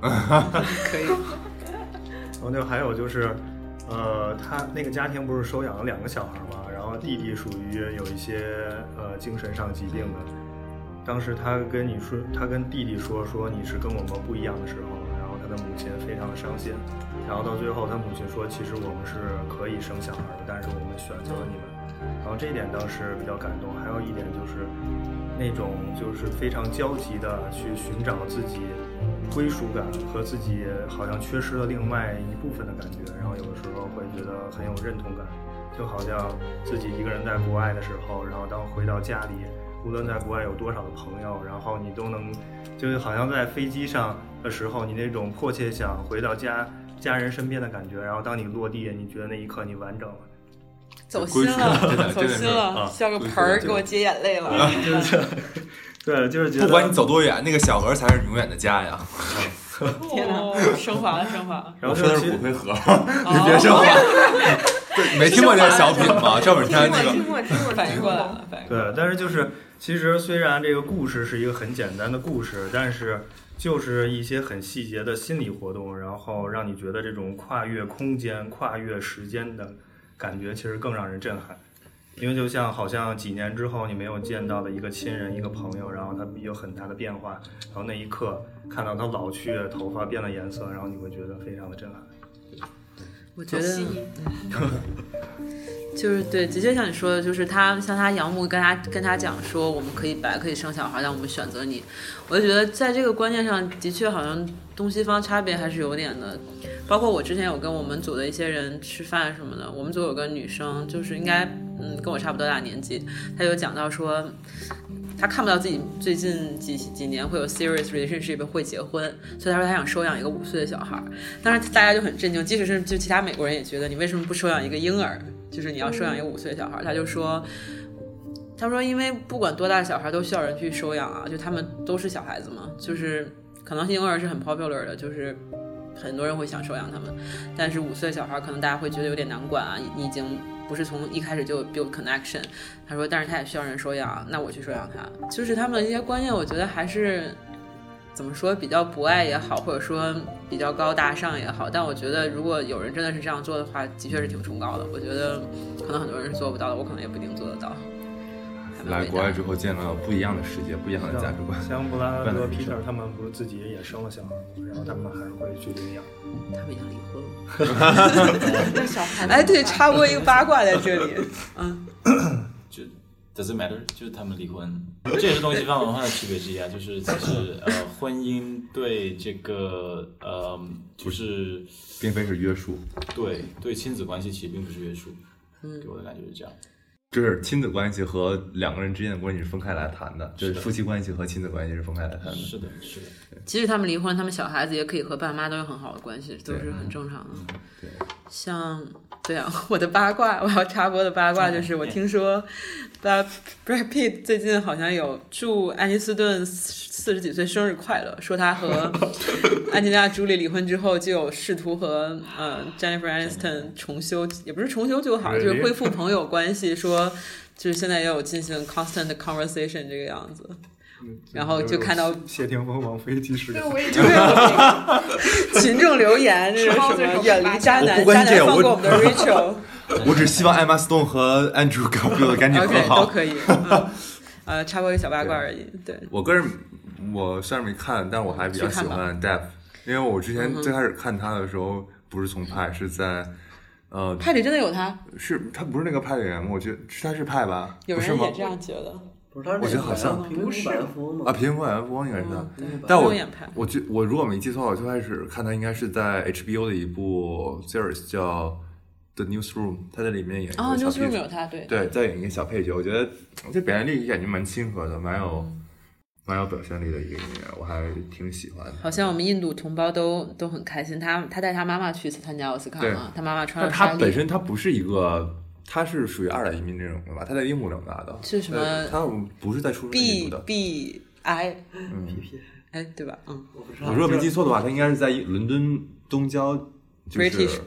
A: 可以，
F: 然后那个还有就是，呃，他那个家庭不是收养了两个小孩嘛，然后弟弟属于有一些呃精神上疾病的。当时他跟你说，他跟弟弟说说你是跟我们不一样的时候，然后他的母亲非常的伤心，然后到最后他母亲说，其实我们是可以生小孩的，但是我们选择了你们。然后这一点当时比较感动，还有一点就是那种就是非常焦急的去寻找自己归属感和自己好像缺失了另外一部分的感觉，然后有的时候会觉得很有认同感，就好像自己一个人在国外的时候，然后当回到家里，无论在国外有多少的朋友，然后你都能，就是好像在飞机上的时候，你那种迫切想回到家家人身边的感觉，然后当你落地，你觉得那一刻你完整了。
A: 走心了，走
B: 真的
A: 心
F: 啊
A: 了，啊笑个盆儿给我接眼泪了。
F: 对，就是觉得
B: 不管你走多远，那个小河才是永远的家呀！
D: 天哪
A: 哦，升华了，升华了。
F: 然
B: 我
F: 后
B: 说的
F: 就是
B: 骨
F: 其实
B: 灰盒，
A: 哦
B: 你别说话。 对，没听过这个小品吗？赵本
D: 听过
B: 山那个
D: 听过听过，
A: 反应过来了，反应过来
F: 对，但是就是其实虽然这个故事是一个很简单的故事，但是就是一些很细节的心理活动，然后让你觉得这种跨越空间、跨越时间的感觉，其实更让人震撼。因为就像好像几年之后你没有见到的一个亲人、一个朋友，然后他有很大的变化，然后那一刻看到他老去，头发变了颜色，然后你会觉得非常的震撼。
A: 我觉得，就是对，的确像你说的，就是他像他杨牧跟他跟他讲说，我们可以白，可以生小孩，但我们选择你。我就觉得在这个观念上，的确好像东西方差别还是有点的。包括我之前有跟我们组的一些人吃饭什么的，我们组有个女生，就是应该嗯跟我差不多大年纪，她有讲到说，他看不到自己最近几几年会有 serious relationship 会结婚，所以他说他想收养一个五岁的小孩儿。当时大家就很震惊，即使是就其他美国人也觉得你为什么不收养一个婴儿？就是你要收养一个五岁的小孩儿，他就说。他说：“因为不管多大的小孩都需要人去收养啊，就他们都是小孩子嘛，就是可能婴儿是很 popular 的，就是很多人会想收养他们，但是五岁的小孩可能大家会觉得有点难管啊，你已经不是从一开始就 build connection。”他说：“但是他也需要人收养，那我去收养他。”就是他们的一些观念，我觉得还是怎么说比较博爱也好，或者说比较高大上也好，但我觉得如果有人真的是这样做的话，的确是挺崇高的。我觉得可能很多人是做不到的，我可能也不一定做得到。
B: 来国外之后见了不一样的世界，不一样的价值 观。
F: 像布拉和 Peter 他们不是自己也生了小孩吗？然后他们还会去领养。
A: 他们已经离 婚了。
D: 那小孩子
A: 哎，对，插播一个八卦在这里。嗯，
J: 就 does it matter？就是他们离婚，这也是东西方文化的区别之一啊。 就是其实呃，婚姻对这个呃不是
B: 并非是约束，
J: 对对亲子关系其实并不是约束，给我的感觉是这样。
B: 就是亲子关系和两个人之间的关系是分开来谈的，就是是
J: 的
B: 夫妻关系和亲子关系是分开来谈的。
J: 是的，是的，
A: 即使他们离婚，他们小孩子也可以和爸妈都有很好的关系，都是很正常的。
B: 对，
A: 像对啊，我的八卦，我要插播的八卦就是，我听说 Brad Brad Pitt 最近好像有祝安妮斯顿四十几岁生日快乐，说他和 安吉拉·朱莉离婚之后就有试图和呃 Jennifer Aniston 重修，也不是重修就好，就
F: Really？
A: 是恢复朋友关系，说就是现在也有进行 constant conversation 这个样子。然后就看到
F: 谢霆锋王菲技师
E: 对，我也觉得
A: 群众留言，这是什么？远离渣
B: 我
A: 男，
B: 不关
A: 渣
B: 心
A: 男放
B: 我
A: 过我们 的 Rachel。
B: 我只希望 Emma Stone 和 Andrew Garfield 赶紧
A: OK，
B: 和
A: 都
B: 好。
A: 可以。 嗯呃，插播一个小八卦而已。对，
B: 我个人我虽然没看，但我还比较喜欢 Dev，因为我之
A: 嗯
B: 前最开始看他的时候不是从派，是在呃
A: 派里真的有他，
B: 是他不是那个派的人，我觉得是他是派吧？
A: 有
B: 不是
A: 人
B: 吗
A: 也？这样觉得。
C: 不是他是
B: 我觉得好像
C: 平民百夫
B: 啊，
C: 嘛，
B: 贫困 F 光应该是他，
C: 嗯
B: 但我
A: 不用演派
B: 我觉我如果没记错，我最开始看他应该是在 HBO 的一部 series 叫 The Newsroom，他在里面演一个
A: 哦
B: 小配
A: ，Newsroom
B: 角
A: 有他，对。
B: 对，在演一个小配角，我觉得这表现力感觉蛮亲和的，蛮有
A: 嗯
B: 蛮有表现力的一个演员，我还挺喜欢的。
A: 好像我们印度同胞都都很开心，他他带他妈妈去参加奥斯卡
B: 对
A: 嘛，啊他妈妈穿
B: 但
A: 了
B: 他
A: 纱
B: 本
A: 丽，
B: 身他不是一个，他是属于二代移民这种的吧？他在英国长大的，
A: 是什么
B: 对他不是在出生印
A: B
B: 度的。
A: B I，
B: 嗯，
A: 哎，对吧？嗯
C: 我不知
B: 我
C: 道。
B: 如果没记错的话，他应该是在伦敦东郊，就是
A: ，British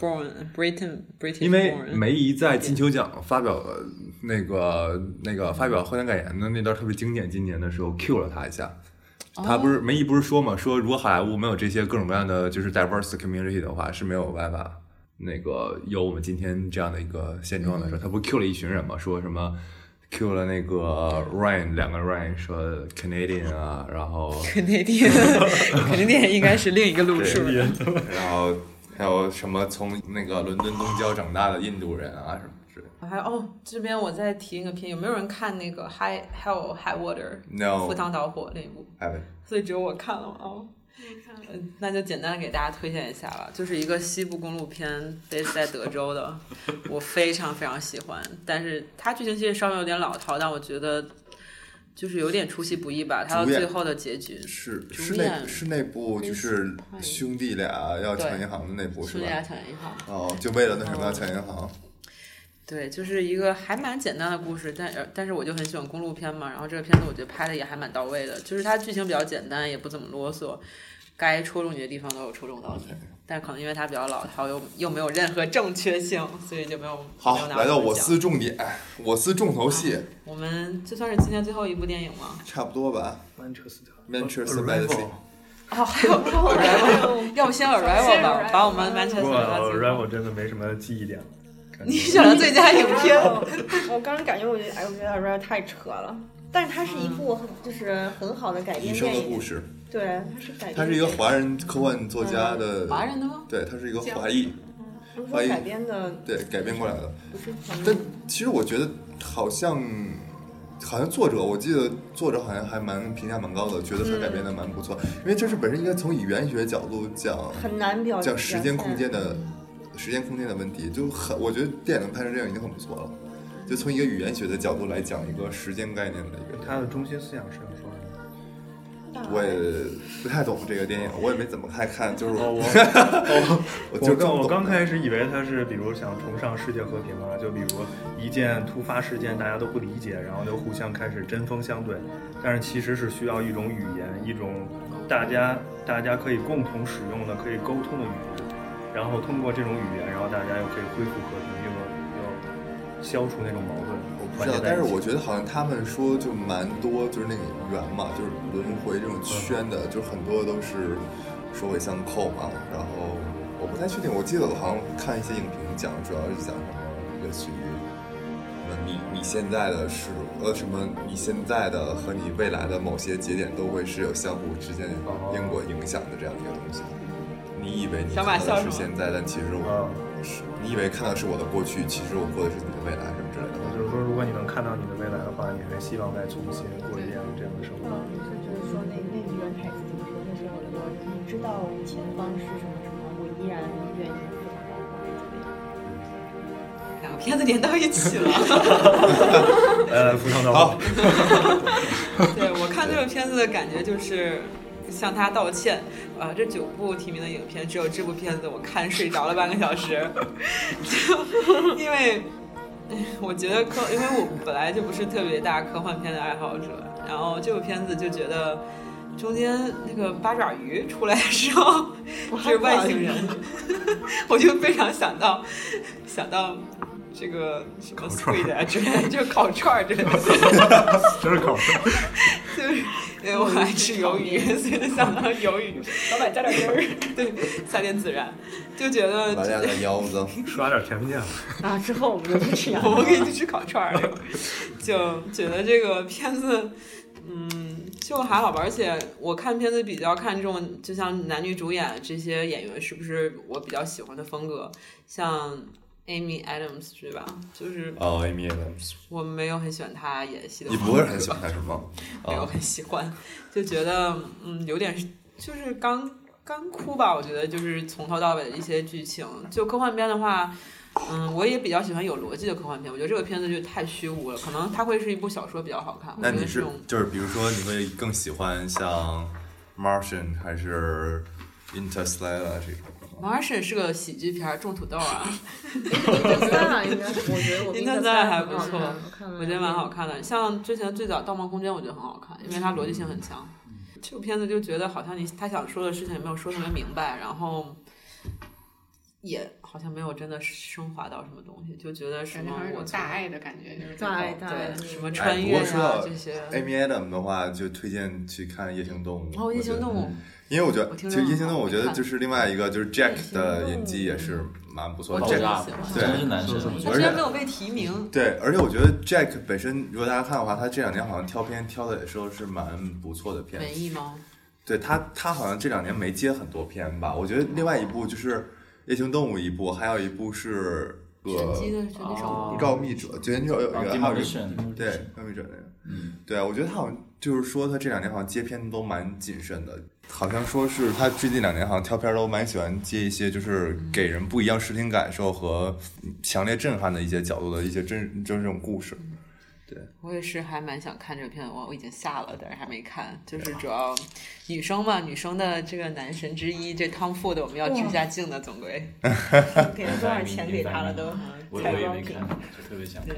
A: born，Britain British，
B: 因为
A: born
B: 梅姨在金球奖发表了那个那个发表获奖感言的那段特别经典，今年的时候 cue 了她一下。她不是梅姨不是说嘛，说如果好莱坞没有这些各种各样的就是 diverse community 的话，是没有办法那个有我们今天这样的一个现状的时候，她不 cue 了一群人嘛，说什么 cue 了那个 Ryan 两个 Ryan 说 Canadian 啊，然后
A: Canadian，Canadian 应该是另一个路数。
B: 然后还有什么从那个伦敦东郊长大的印度人啊什么之类的。
A: 还哦，这边我再提一个片，有没有人看那个《High Hell High Water》
B: No，
A: 赴汤蹈火那一部？
B: 艾文。
A: 所以只有我看了嘛。哦，嗯，那就简单的给大家推荐一下吧，就是一个西部公路片，base 在德州 的，我非常非常喜欢。但是它剧情其实稍微有点老套，但我觉得就是有点出其不意吧。它到
B: 主演
A: 最后的结局，
B: 是
A: 主
B: 是那
A: 演
B: 是那部就是兄弟俩要抢银行的那部是
A: 兄弟俩
B: 吧？
A: 抢银行。哦
B: 哦，就为了那什么要抢银行，
A: 对，就是一个还蛮简单的故事，但呃但是我就很喜欢公路片嘛。然后这个片子我觉得拍的也还蛮到位的，就是它剧情比较简单，也不怎么啰嗦，该戳中你的地方都有戳中到你。但可能因为它比较老套，又又没有任何正确性，所以就没有没
B: 好
A: 有，拿
B: 来到我
A: 奖啊
B: 司重 点，我司重头戏
A: 我们这算是今年最后一部电影 吗？
B: 差不多吧。
F: Manchester
B: Manchester Legacy
A: 哦，还有 Arrival，要不先 Arrival 吧，把我们 Manchester
F: 不过
A: United
F: Arrival 真的没什么记忆点了。
A: 你选了最佳影片，
D: 我刚刚感觉我觉得哎，我觉得 Arrival 太扯了。但是它是一部很就是很好的改
B: 医
D: 编
B: 生
D: 电
B: 的
D: 影，
B: 故事，
D: 对，它是改编。
B: 嗯他是一个华人科幻作家的，
A: 嗯华人的吗？
B: 对，他是一个华裔，
D: 不是说改编的
B: 对，改编过来的。
D: 不是很
B: 但其实我觉得好像好像作者，我记得作者好像还蛮评价蛮高的，觉得他改编的蛮不错，因为这是本身应该从语言学角度讲，
D: 很难表
B: 讲时间空间
D: 表
B: 的时间空间的问题，就很我觉得电影能拍成这样已经很不错了。就就从一个语言学的角度来讲一个时间概念的一个。
K: 它的中心思想是要说什么？
B: 我也不太懂这个电影，我也没怎么太看，就是
F: 哦，我
B: 我就
F: 我
B: 更
F: 刚我
B: 懂
F: 刚
B: 了
F: 开始以为他是，比如想崇尚世界和平啊，就比如一件突发事件大家都不理解，然后就互相开始针锋相对，但是其实是需要一种语言，一种大家大家可以共同使用的、可以沟通的语言，然后通过这种语言，然后大家又可以恢复和平，又又消除那种矛盾，
B: 不
F: 团
B: 知
F: 结
B: 道，
F: 在
B: 但是
F: 一起
B: 我觉得好像他们说就蛮多，就是那个圆嘛，就是轮回这种圈的，就是很多都是说会相扣嘛。然后我不太确定，我记得我好像看一些影评讲，主要是讲什么类似于什么你你现在的事物，呃什么你现在的和你未来的某些节点都会是有相互之间因果影响的这样一个东西。你以为你
A: 小马
B: 看到的
A: 笑
B: 是
A: 什么
B: 现在，但其实我
F: 嗯
B: 不是，你以为看到是我的过去，其实我过的是你的未来什么之类的。
F: 就是说，如果你能看到你的未来的话，你会希望再重新过一遍这样的生活。
D: 甚至说那那一段台词怎么说？就是我你知道前方是什么什么，我依然愿意赴汤蹈火之类的。
A: 两个片子连到一起了。
F: 呃，福昌导 好，
A: 对我看这个片子的感觉就是向他道歉。啊，这九部提名的影片，只有这部片子我看睡着了半个小时，就因为哎我觉得科，因为我本来就不是特别大科幻片的爱好者，然后这部片子就觉得。中间那个八爪鱼出来的时候，是外星人，我就非常想到想到这个什么 squid 啊之类的，就是烤串儿之类的。
K: 真是搞笑。
A: 就是因为我爱吃鱿鱼，所以想到鱿鱼，
H: 嗯老板加 点油儿。
A: 对，撒点孜然，就觉得
B: 咱俩的腰子，
F: 刷点甜面酱。
D: 啊，之后我们就 去吃羊
A: 我
D: 肉
A: 们可以去吃烤串儿了， 就觉得这个片子，嗯，就还好吧。而且我看片子比较看重，就像男女主演这些演员是不是我比较喜欢的风格，像 Amy Adams 对吧？就是
B: 哦，Amy Adams，
A: 我没有很喜欢她演戏的
B: 你
A: 风格，
B: 不会很喜欢他是吗？
A: 没有
B: 啊，
A: 很喜欢，就觉得嗯有点就是刚刚哭吧，我觉得就是从头到尾的一些剧情。就科幻片的话，嗯，我也比较喜欢有逻辑的科幻片，我觉得这个片子就太虚无了，可能它会是一部小说比较好看。我
B: 那
A: 觉
B: 你
A: 得这
B: 是
A: 种
B: 就是比如说你会更喜欢像 Martian 还是 Interstellar 这种？
A: Martian 是个喜剧片，种土豆啊，
H: Interstellar 应该是，我觉得我
A: Interstellar 还不错
H: 我看了
A: 我觉得蛮好看的。像之前最早《盗梦空间》，我觉得很好看，因为它逻辑性很强。这部片子就觉得好像你他想说的事情也没有说特别明白，然后也好像没有真的升华到什么东西，就觉得什
E: 感
A: 么
E: 觉好像有
A: 我
E: 种
A: 从
E: 大爱的感觉，就是
H: 大爱大爱
A: 对什么穿越
B: 哎不过说
A: 啊
B: 到
A: 这些。
B: Amy Adam 的话，就推荐去看《夜行动物》。
A: 然后夜行动
B: 物，
A: 物，
B: 因为我觉得
A: 嗯
B: 嗯
A: 我
B: 其
A: 听
B: 实《
A: 说
B: 夜行动物》，我觉得
A: 好看
B: 就是另外一个就是 Jack 的演技也是蛮不错
A: 我
B: 的。
A: 觉得
B: Jack
A: 喜欢
B: 对
J: 真是男神，我觉
A: 他
J: 得
A: 居然没有被提名，
B: 对，而且我觉得 Jack 本身，如果大家看的话，他这两年好像挑片挑的也说是蛮不错的片子。
A: 文艺吗？
B: 对他，他好像这两年没接很多片吧？我觉得另外一部就是《夜行动物》一部，还有一部是
A: 神
B: 呃
A: 机的就那首
B: 《告密者》，绝对有一个，
J: 啊
B: 还有一个
J: Demolition
B: 对《告密者》那个，
J: 嗯，
B: 对我觉得他好像就是说他这两年好像接片都蛮谨慎的，好像说是他最近两年好像挑片都蛮喜欢接一些就是给人不一样视听感受和强烈震撼的一些角度的一些真就是这种故事。
A: 我也是还蛮想看这个片子，我我已经下了，但是还没看。就是
B: 啊
A: 主要女生嘛，女生的这个男神之一，这 Tom Ford 我们要致下敬的，总归。
H: 给了多少钱给他了都？
J: 我也没看，就特别想看。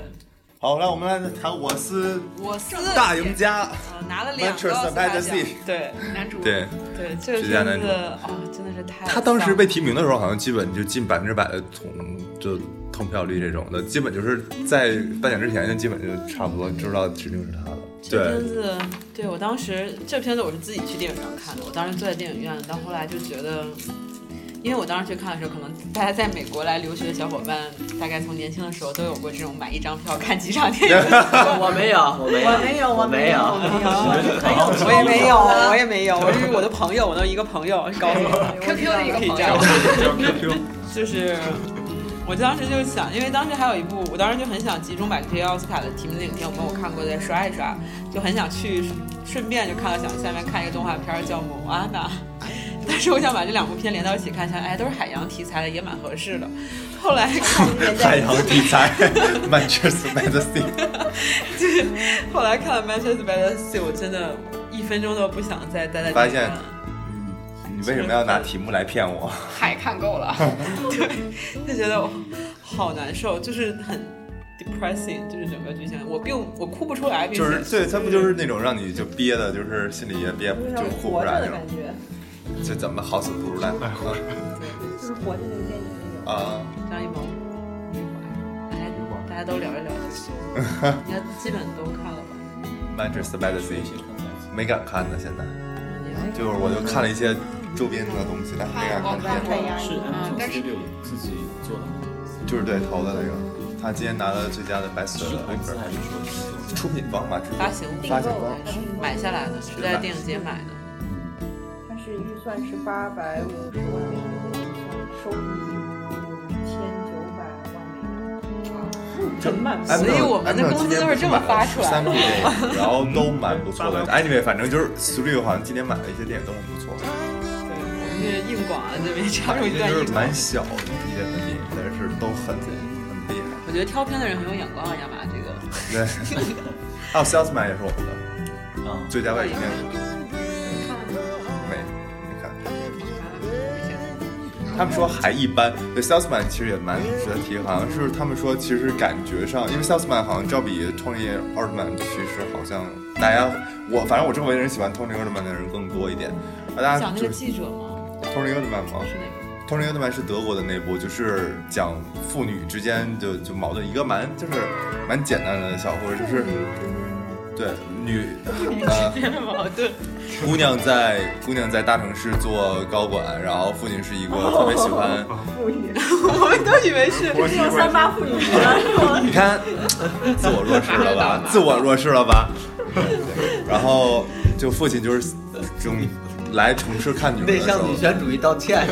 B: 好，那我们来谈我司
A: 我四
B: 大赢家
A: 呃拿了两个
B: Manchester
A: 奥斯卡奖
B: Fantasy，
A: 对
E: 男主
B: 对。
A: 对，这个
B: 最佳男
A: 片
B: 主
A: 子啊、真的是太
B: 他当时
A: 丧
B: 被提名的时候，好像基本就近百分之百的同就通票率这种的，基本就是在颁奖之前就基本就差不多知道指定是他了。
A: 这片
B: 对，
A: 子，对我当时这片子我是自己去电影院看的，我当时坐在电影院，到后来就觉得，因为我当时去看的时候，可能大家在美国来留学的小伙伴，大概从年轻的时候都有过这种买一张票看几场电影的习惯。
C: 我没有，我没有，我没有，我没有。
A: 我也没有，我也没有，我就是我的朋友，我的一个朋友告诉我
E: QQ 的一个
A: 可以
E: 朋
A: 这样
E: 友，，
A: 就是我当时就想，因为当时还有一部，我当时就很想集中把这些奥斯卡的提名的影片，我没有看过再刷一刷， 就很想去顺便就看了想下面看一个动画片儿叫《某安娜》，但但是我想把这两部片连到一起看，想哎，都是海洋题材的，也蛮合适的。后来
B: 海洋题 材，Manchester Magazine。
A: 对，后来看了《Manchester by the Sea》，我真的一分钟都不想再待在
B: 发
A: 地
B: 现
A: 上了。
G: 嗯
B: 你为什么要拿题目来 骗我？
E: 海看 够了，
A: 就觉得我好难受，就是很 depressing，就是整个剧情，我并我哭不出来，并且
B: 就是对，它不就是那种让你就憋的，就是心里也憋
G: 就是
B: 就
G: 让
B: 哭不
G: 活
B: 出
G: 着
B: 来
G: 的
B: 那
G: 感
B: 种，
G: 觉，
B: 就怎么好死不如赖
J: 哎
B: 活
G: 就是活着那个电影那种。
B: 啊！
A: 张艺谋、余华，大家大家都聊一聊，应该基本都看了吧？
B: 啊 Manchester Magazine 没敢看呢，现在
A: 你
G: 哎
A: 们
B: 嗯就是我就看了一些周边的东西，但是没敢看
D: 看
B: 电
D: 看呀，
J: 是
E: 嗯
J: Amazon
E: 但是
J: Studio 自己做的吗？
B: 影，就是对投的那个，他今年拿了最佳的 Best
J: 是公司还
B: Paper
J: 是说自己做的？
B: 出品方吧，制作
A: 发行
B: 发行方
A: 对是买下来的，是在电影节买的。
G: 它是预算是八百五十万美元，收益五千九百万美元。
A: 很慢，
B: 哎
A: 所以我们的工资都是这么发出来
B: 三部
A: 的。
B: 电影，然后都蛮不错的。Anyway，反正就是 Studio 好像今年买的一些电影都很不错，
A: 我们这硬广啊，这边插入
B: 一
A: 一
B: 些
A: 段
B: 就
A: 硬
B: 是
A: 广
B: 蛮。小一些的电影，但是都很很厉害。
A: 我觉得挑片的人很有眼光啊，亚麻这个。
B: 对， 还有 Salesman 也是我们的
J: 啊，
B: 最佳外语片。没，没看。他们说还一般，对 Salesman 其实也蛮值得提，好像是他们说其实感觉上，因为 Salesman 好像照比 Tony Erdman 其实好像大家，我反正我周围人喜欢 Tony Erdman 的人更多一点，啊，大家
A: 讲那
B: 就
A: 个
B: 是
A: 记者吗？
B: Tony Erdman 吗？
A: 是那
B: Tony Erdman 是德国的那部，就是讲父女之间就就矛盾，一个蛮就是蛮简单的小故事，就是对女呃
A: 个真的矛盾。
B: 姑娘在姑娘在大城市做高管，然后父亲是一个特别喜欢，
A: 我们都以为是
G: 这是用三八妇女节 是吗？
B: 你看自我弱势了吧，自我弱势了吧，对然后就父亲就是这种来城市看女
C: 得
B: 人的时
C: 向
B: 候
C: 女，权主义道歉。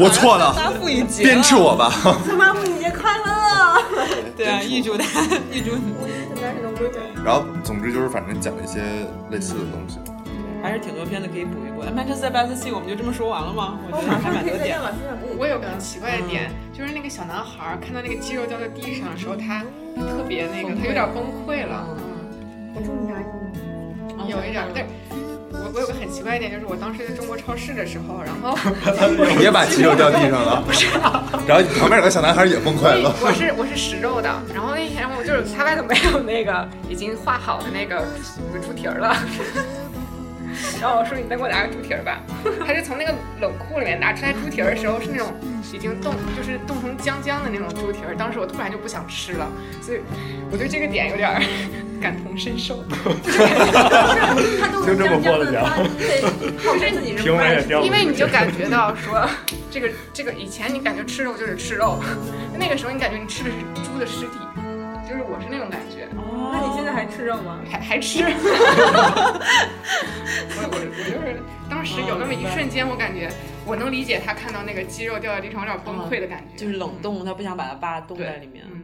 B: 我错了，
A: 发妇女节了
B: 鞭笞我吧，
G: 三八妇女节快乐！
A: 对啊，预祝大家，预 祝你，
G: 但是都不是
B: 然后总之就是反正讲一些类似的东西。
A: 还是挺多片子可以补一补。哎 Manchester by the Sea 我们就这么说完了吗？我觉得还蛮多点。
G: 老师那补
E: 我有个奇怪的点，就是那个小男孩儿看到那个肌肉掉在地上的时候，他他特别那个，他
A: 崩溃
E: 有点崩溃了，
G: 我祝你啥？
E: 有一点儿。但是我我有个很奇怪的点，就是我当时在中国超市的时候，然后
B: 也把肌肉掉地上了，然后旁边有个小男孩也崩溃了。
E: 我是我是食肉的，然后那天我就是他外头没有那个已经画好的那个猪蹄儿了，然后我说你再给我拿个猪蹄儿吧，他是从那个冷库里面拿出来猪蹄儿的时候是那种已经冻就是冻成浆浆的那种猪蹄儿，当时我突然就不想吃了，所以我对这个点有点儿 感同身受，
G: 他都
F: 就这么过了点儿
G: 对，靠自己
F: 评委也掉了
E: 因为你就感觉到说这个这个以前你感觉吃肉就是吃肉，那个时候你感觉你吃的是猪的尸体，就是我是那种感觉。
G: 那你现在还吃肉吗？
E: 还还吃。我我我就是当时有那么一瞬间，我感觉我能理解他看到那个肌肉掉在地上有点崩溃的感觉，
A: 就是冷冻，他不想把它爸冻在里面。
E: 嗯。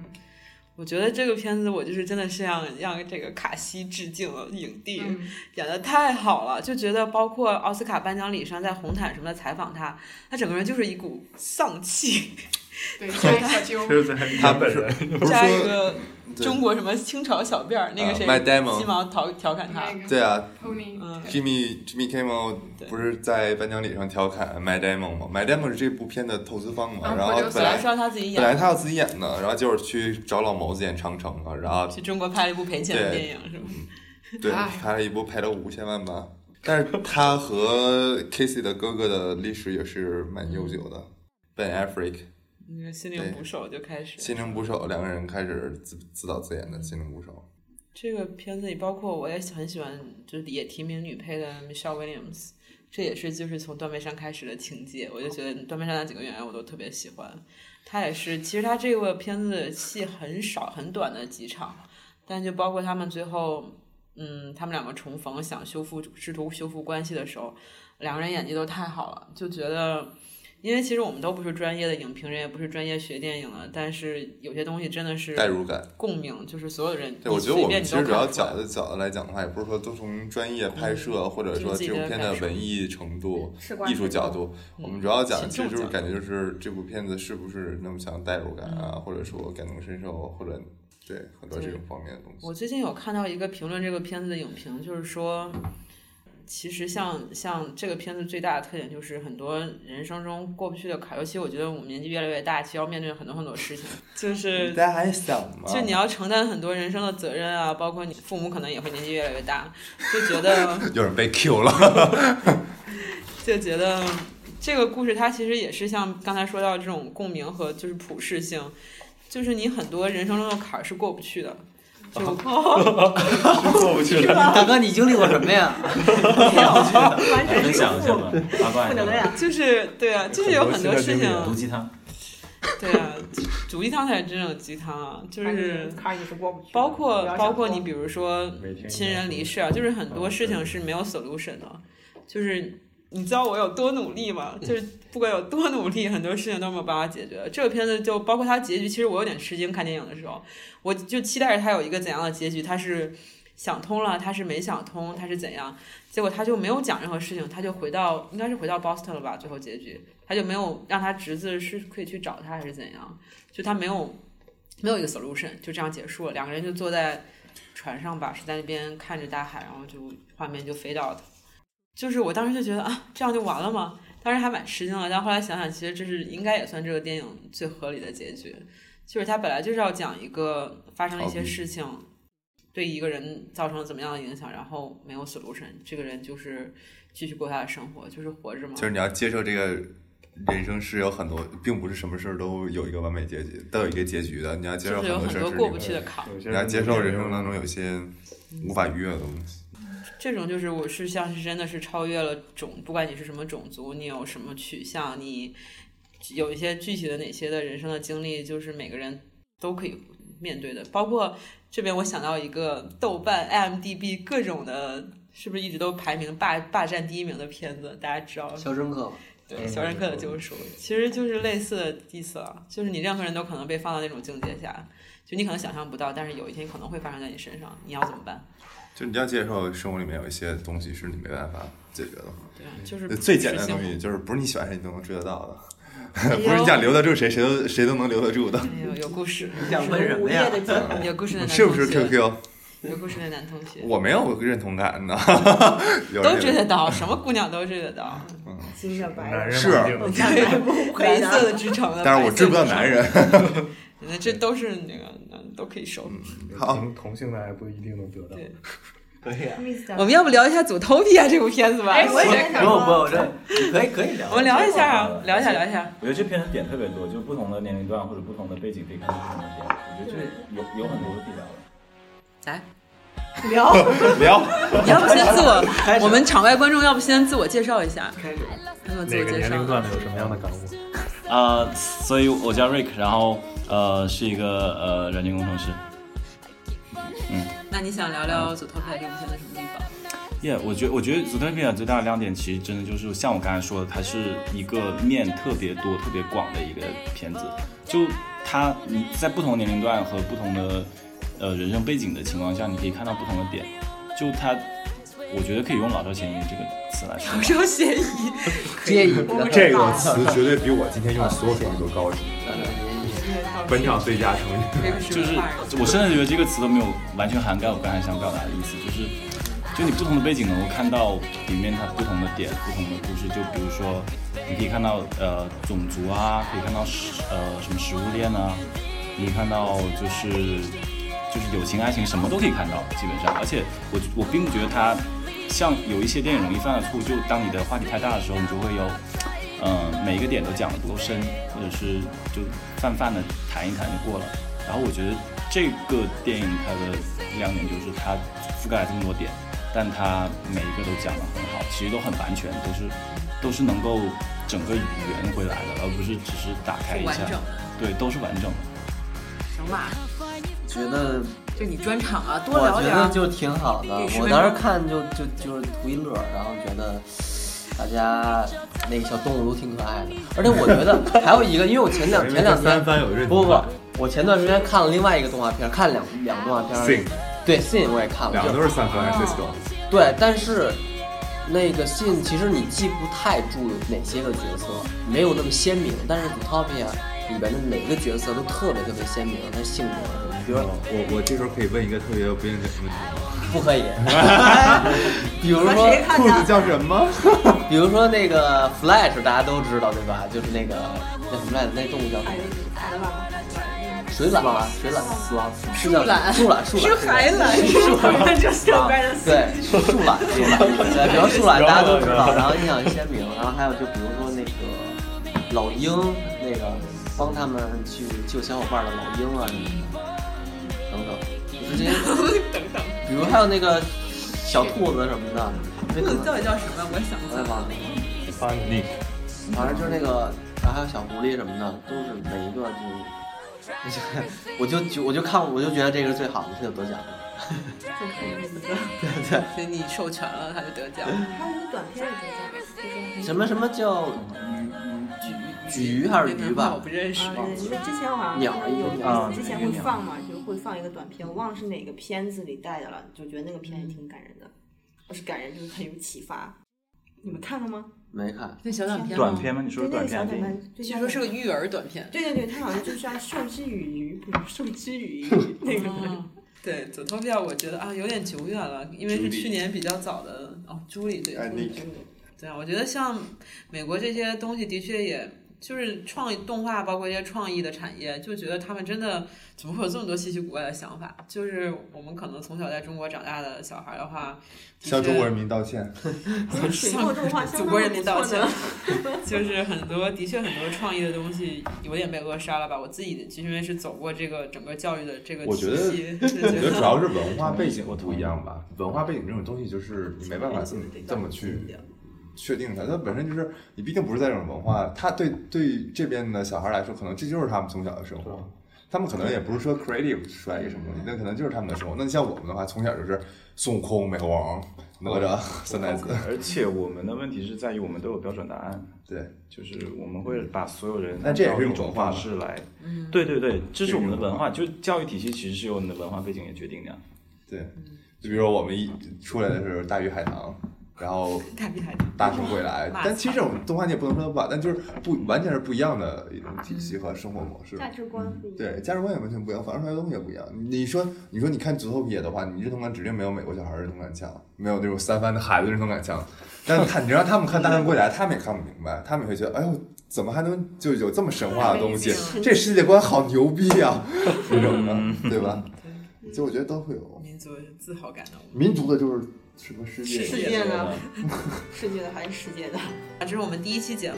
A: 我觉得这个片子，我就是真的是让让这个卡西致敬了影帝，
E: 嗯
A: 演的太好了，就觉得包括奥斯卡颁奖礼上在红毯什么的采访他，他整个人就是一股丧气，
E: 对，像 小揪，
F: 这是在他本人，
B: 不是
A: 加一
B: 说
A: 个
B: 对
A: 中国什么清朝小辫儿，那个
B: 啊
A: 谁
B: ，Matt Damon
A: 鸡毛调调侃他
E: 那，个
B: 对啊
E: Tony，
A: 嗯
B: ，Jimmy Jimmy Kimmel
A: 对
B: 不是在颁奖礼上调侃 My Damon 吗？My Damon 是这部片的投资方
A: 啊
B: 嘛，
E: 嗯
B: 然后
E: 我就
B: 本
A: 本来
B: 来
A: 是要他自己
B: 本来
A: 演，
B: 他要自己演的，然后结果去找老谋子演长城啊了，然后
A: 去中国拍了一部赔钱的
B: 对
A: 电影，是吗？
B: 对
E: 哎
B: 拍了一部赔了五千万吧。但是他和 Casey 的哥哥的历史也是蛮悠久的，Ben
A: 嗯
B: Affleck
A: 那个心灵捕手就开始
B: 心灵捕手两个人开始自自导自演的心灵捕手。
A: 这个片子里，包括我也很喜欢，就是也提名女配的 Michelle Williams，这也是就是从《断背山》开始的情节，我就觉得《断背山》那几个演员我都特别喜欢。她也是，其实她这个片子的戏很少，很短的几场，但就包括他们最后，嗯，他们两个重逢，想修复试图修复关系的时候，两个人演技都太好了，就觉得。因为其实我们都不是专业的影评人，也不是专业学电影的，但是有些东西真的是
I: 代入感。
A: 共鸣，就是所有人。
I: 对，我觉得我们其实主要角
A: 讲
I: 的角度来讲的话，也不是说都从专业
A: 嗯
I: 拍摄或者说这部片的文艺程度
D: 是、关
I: 艺
D: 系
I: 术角度，我们主要讲的其
A: 情
I: 实就
A: 境
I: 是
A: 角
I: 感觉就是这部片子是不是那么强代入感啊，
A: 嗯
I: 或者说感同身受，或者对很多这种方面的东
A: 我
I: 西。
A: 最近有看到一个评论这个片子的影评，就是说，其实像像这个片子最大的特点就是很多人生中过不去的坎儿，尤其我觉得我们年纪越来越大，其实要面对很多很多事情， 就是
I: 大家还想吗？
A: 就你要承担很多人生的责任啊，包括你父母可能也会年纪越来越大，就 觉得
B: 有人被 Q 了，
A: 就觉得这个故事它其实也是像刚才说到这种共鸣和就是普适性，就是你很多人生中的坎儿是过不去的。就
F: 过不去了。
C: 大哥，你经历过什么呀？
D: 完全
J: 分
D: 是
J: 享一下吧，八卦
D: 负
J: 一下
D: 能
J: 吧。
D: 量。
A: 就是对啊，就是有很多事情，
J: 毒鸡汤，
A: 对啊，煮鸡汤才是真正的鸡汤啊，就
D: 反
A: 是
D: 正坎儿你是过不去的，
A: 包
D: 不要
A: 括
D: 想
A: 包括
D: 多
A: 你，比如说
F: 每天
A: 亲人离世啊，就是很多事情是没有 solution 的，就是你知道我有多努力吗？就是不管有多努力，很多事情都没有办法解决。这个片子就包括它结局，其实我有点吃惊。看电影的时候，我就期待着它有一个怎样的结局，它是想通了，它是没想通，它是怎样？结果他就没有讲任何事情，他就回到应该是回到 Boston 了吧？最后结局他就没有让他侄子是可以去找他还是怎样？就他没有没有一个 solution，就这样结束了。两个人就坐在船上吧，是在那边看着大海，然后就画面就飞到他。就是我当时就觉得啊，这样就完了吗？当时还蛮吃惊的，但后来想想，其实这是应该也算这个电影最合理的结局，就是他本来就是要讲一个发生了一些事情，对一个人造成了怎么样的影响，然后没有 solution，这个人就是继续过他的生活，就是活着嘛。
B: 就是你要接受这个人生是有很多，并不是什么事儿都有一个完美结局，都有一个结局的。你要接受
A: 就是有
B: 多
A: 很
B: 事
A: 多
B: 儿是
A: 过不
B: 你
A: 去的坎儿，
F: 有些
B: 你要接受人生当中有些无法逾越的东西。
A: 这种就是我是像是真的是超越了种，不管你是什么种族，你有什么取向，你有一些具体的哪些的人生的经历，就是每个人都可以面对的。包括这边我想到一个豆瓣、IMDB 各种的，是不是一直都排名霸霸占第一名的片子？大家知道
C: 肖申克，
A: 对，肖申克的救赎其实就是类似的意思了，就是你任何人都可能被放到那种境界下，就你可能想象不到，但是有一天可能会发生在你身上，你要怎么办？
B: 就你要接受生活里面有一些东西是你没办法解决的，呃
A: 对啊，就是
B: 最简单的东西就是不是你喜欢谁你都能追得到的， 不是你想留得住谁，谁都谁都能留得住的，哎
A: 哎呦，有故事，
C: 想问什么呀？
A: 有故事的男同学，
B: 是不是？QQ？
A: 有故事的男同学
B: 我没有认同感呢， 有
A: 都
B: 这
A: 追得到，什么姑娘都追得到，
D: 金的白
F: 男
D: 的，
F: 人
B: 是啊
F: 嘛定的
D: 不可
A: 白
D: 以
A: 色
D: 的。
A: 的支撑的，
B: 但是我追不到男人。
A: 白色的支撑，那这都是那个都可以收。
B: 嗯好
F: 同同性的爱不一定能得到。
A: 对
C: 对呀，
A: 我们要不聊一下《祖偷地》啊这部片子吧？
D: 哎，我也在想
C: 不用不
D: 说，
C: 用，这可以可以聊
A: 我。们聊一下啊，聊一下，聊一下。
J: 我觉得这片的点特别多，就不同的年龄段或者不同的背景可以看到不同的点，我觉得这有有很多地方。
A: 来，
D: 聊
B: 聊，
A: 你要不先自我，我们场外观众要不先自我介绍一下？
C: 开始，
A: 他们自
F: 哪
A: 我
F: 个
A: 介
F: 年龄
A: 绍。
F: 段的有什么样的感悟？
J: 啊、所以我叫 Rick，然后呃是一个呃软件工程师。嗯
A: 那你想聊聊《祖偷地》这部片子什么地方？
J: 耶、我觉我觉得《祖特变》最大的亮点，其实真的就是像我刚才说的，它是一个面特别多、特别广的一个片子。就它你在不同年龄段和不同的呃人生背景的情况下，你可以看到不同的点。就它，我觉得可以用“老少咸宜”这个词来说。
A: 稍 嫌疑，
C: 介意
B: 这个词绝对比我今天用的所有东西都高级。本场最佳成语，
J: 就是我甚至觉得这个词都没有完全涵盖我刚才想表达的意思，就是就你不同的背景能够看到里面它不同的点、不同的故事，就比如说你可以看到呃种族啊，可以看到食呃什么食物链啊，你可以看到就是就是友情、爱情什么都可以看到，基本上，而且我我并不觉得它像有一些电影容易犯的错误，就当你的话题太大的时候，你就会有。呃，每一个点都讲得不够深，或者是就泛泛的谈一谈就过了。然后我觉得这个电影它的亮点就是它覆盖了这么多点，但它每一个都讲得很好，其实都很完全，都是都是能够整个圆回来的，而不是只是打开一
A: 完
J: 下
A: 整，的。
J: 对，都是完整的。
A: 行吧，
C: 觉得
A: 就你专场啊，多
C: 我
A: 聊
C: 觉
A: 点
C: 得
A: 儿。
C: 就挺好的
A: 也。是
C: 啊我
A: 没
C: 当时
A: 有
C: 看就就就是图一乐，然后觉得大家那个小动物都挺可爱的。而且我觉得还有一个，因为我前两前 两
B: 因为三
C: 天
B: 番有一阵
C: 不不不，我前段时间看了另外一个动画片，看两两个动画片儿
B: Sing
C: 对 Sin 我也看了，
B: 两个
C: 就
B: 都是 San Francisco，
A: 哦
C: 对，但是那个 Sin 其实你记不太住哪些个角色，没有那么鲜明，但是 Utopia 里边的每个角色都特别特别鲜明，他性格什么的，比如说
B: 我我这时候可以问一个特别不应景的问题
C: 不可 以，比如
D: 和
C: 说
D: 谁
B: 吗？
D: 看
B: 兔子
D: 的？
B: 叫什么？
C: 比如说那个 Flash，大家都知道对吧？就是那个那什么来着，那动物叫什么？水獭吧，水獭，是叫树懒，树懒，
D: 是海
C: 懒
D: 懒，
C: 树懒，
D: 这是
C: 啊对，树懒，树懒，对，比如树懒大家都知道，
F: 有
C: 然后印象鲜明，然后还有就比如说那个老鹰，那个帮他们去救小伙伴的老鹰啊什么的，等等，就是这些，
A: 等等，
C: 比如还有那个小兔子什么的，
A: 这 个到底叫什么？我想不起
C: 对
A: 来
C: 吧
A: 了。？
F: 发你
C: 反正就是那个，然后还有小狐狸什么的，都是每一个就， 我就就我就看我就觉得这个是最好的，这就得奖了。
G: 嗯
A: 就可以名字，所以你授权了，他就得奖。
G: 还有一个短片也得奖，就是
C: 什么什么叫鱼鱼还是鱼
A: 我
C: 吧
A: 不？认识
G: 啊，。人家之前好像
C: 鸟
G: 就是有嗯
C: 啊
G: 之前
C: 那个
G: 会
C: 鸟
G: 放嘛，就会放一个短片，我忘了是哪个片子里带的了，就觉得那个片也挺感人的，不是感人就是很有启发。你们看了吗？
C: 没看，
A: 那小短片吗
J: 短片吗？你说
G: 对那
J: 是短
G: 个小
J: 片
G: 短
J: 电影？
G: 片，就
A: 据说是个育儿短片。
G: 对对对，它好像就叫授之以鱼，不是授之以 渔那个。
A: 哦对，左托票我觉得啊有点久远了，因为是去年比较早的哦，朱莉对，
I: 哎
A: 朱莉
I: 你
A: 对啊，我觉得像美国这些东西的确也。就是创意动画，包括一些创意的产业，就觉得他们真的怎么会有这么多稀奇古怪的想法？就是我们可能从小在中国长大的小孩的话，的
I: 向
A: 确
I: 中国人民道 歉。
G: 我水墨动画相
A: 祖
G: 当
A: 国人
G: 不
A: 民道
G: 错
A: 歉
G: 的。
A: 就是很多的确很多创意的东西有点被扼杀了吧。我自己就是因为是走过这个整个教育的这个
B: 我觉
A: 体
B: 得
A: 系， 就
B: 我觉
A: 觉
B: 得主
A: 得
B: 要是文化背景不一样吧，文化背景这种东西就是你没办法这么这么去确定它，它本身就是你毕竟不是在这种文化，它对对这边的小孩来说，可能这就是他们从小的生活。他们可能也不是说 creative 出来一个什么东西，那可能就是他们的生活。那像我们的话，从小就是孙悟空、美猴王、哪吒、三太子，
J: 而且我们的问题是在于我们都有标准答案，
B: 对，
J: 就是我们会把所有人
B: 那这也是一种
J: 种
B: 文化
J: 方
B: 嘛
J: 式来，对对对，这是我们的
B: 这是一种
J: 文化，就教育体系其实是由你的文化背景也决定的。
B: 对，就比如说我们一出来的是《大鱼海棠》，然后《
A: 太厉害了。
B: 大圣归来》
A: 骂，
B: 但其实这种动画你也不能说它不好，但就是不完全是不一样的一种体系和生活模式。
G: 价值观不一样。
B: 对，价值观也完全不一样，反映出来的东西也不一样。你说，你说你看《足球皮》的话，你认同感指定没有美国小孩儿认同感强，没有那种三番的孩子认同感强。但是他，你让他们看《大圣归来》，他们也看不明白，他们也会觉得，哎呦，怎么还能就有这么神话的东西？这世界观好牛逼 啊，这种的，对吧？就我觉得都会有
A: 民族自豪感的。
B: 民族的，就是什么世界。
D: 世界的， 世界的还是世界的。
A: 啊，这是我们第一期节目，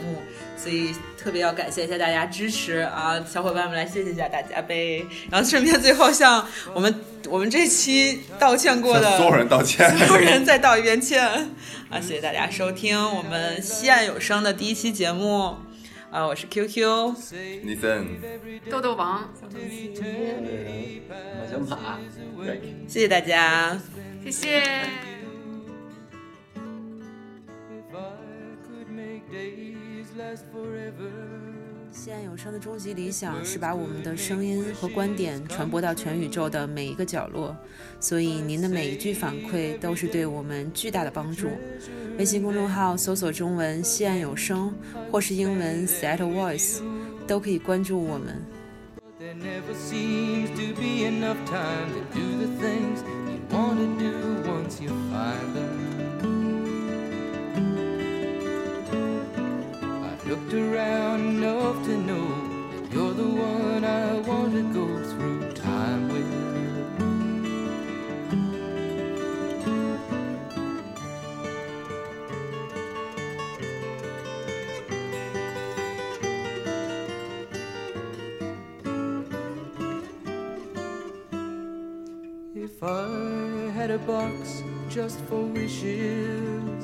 A: 所以特别要感谢一下大家支持啊，小伙伴们来谢谢一下大家呗。然后顺便最后向我们我们这期道歉过
B: 向
A: 的
B: 所有人道歉。
A: 所有人再道一遍歉啊！谢谢大家收听我们西岸有声的第一期节目啊，我是 QQ，
B: Nathan，
E: 豆豆王，
C: 好像马。
A: 谢谢大家。
E: 谢谢。
H: 西安有声的终极理想嗯是把我们的声音和观点传播到全宇宙的每一个角落，所以您的每一句反馈都是对我们巨大的帮助。微信公众号搜索中文“西安有声”或是英文 “Set Voice”，都可以关注我们。
L: There never seems to be enough time to do the things you want to do once you find them. I've looked around enough to know that you're the one I want to go through time with. If I had a box just for wishes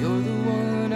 L: you're the one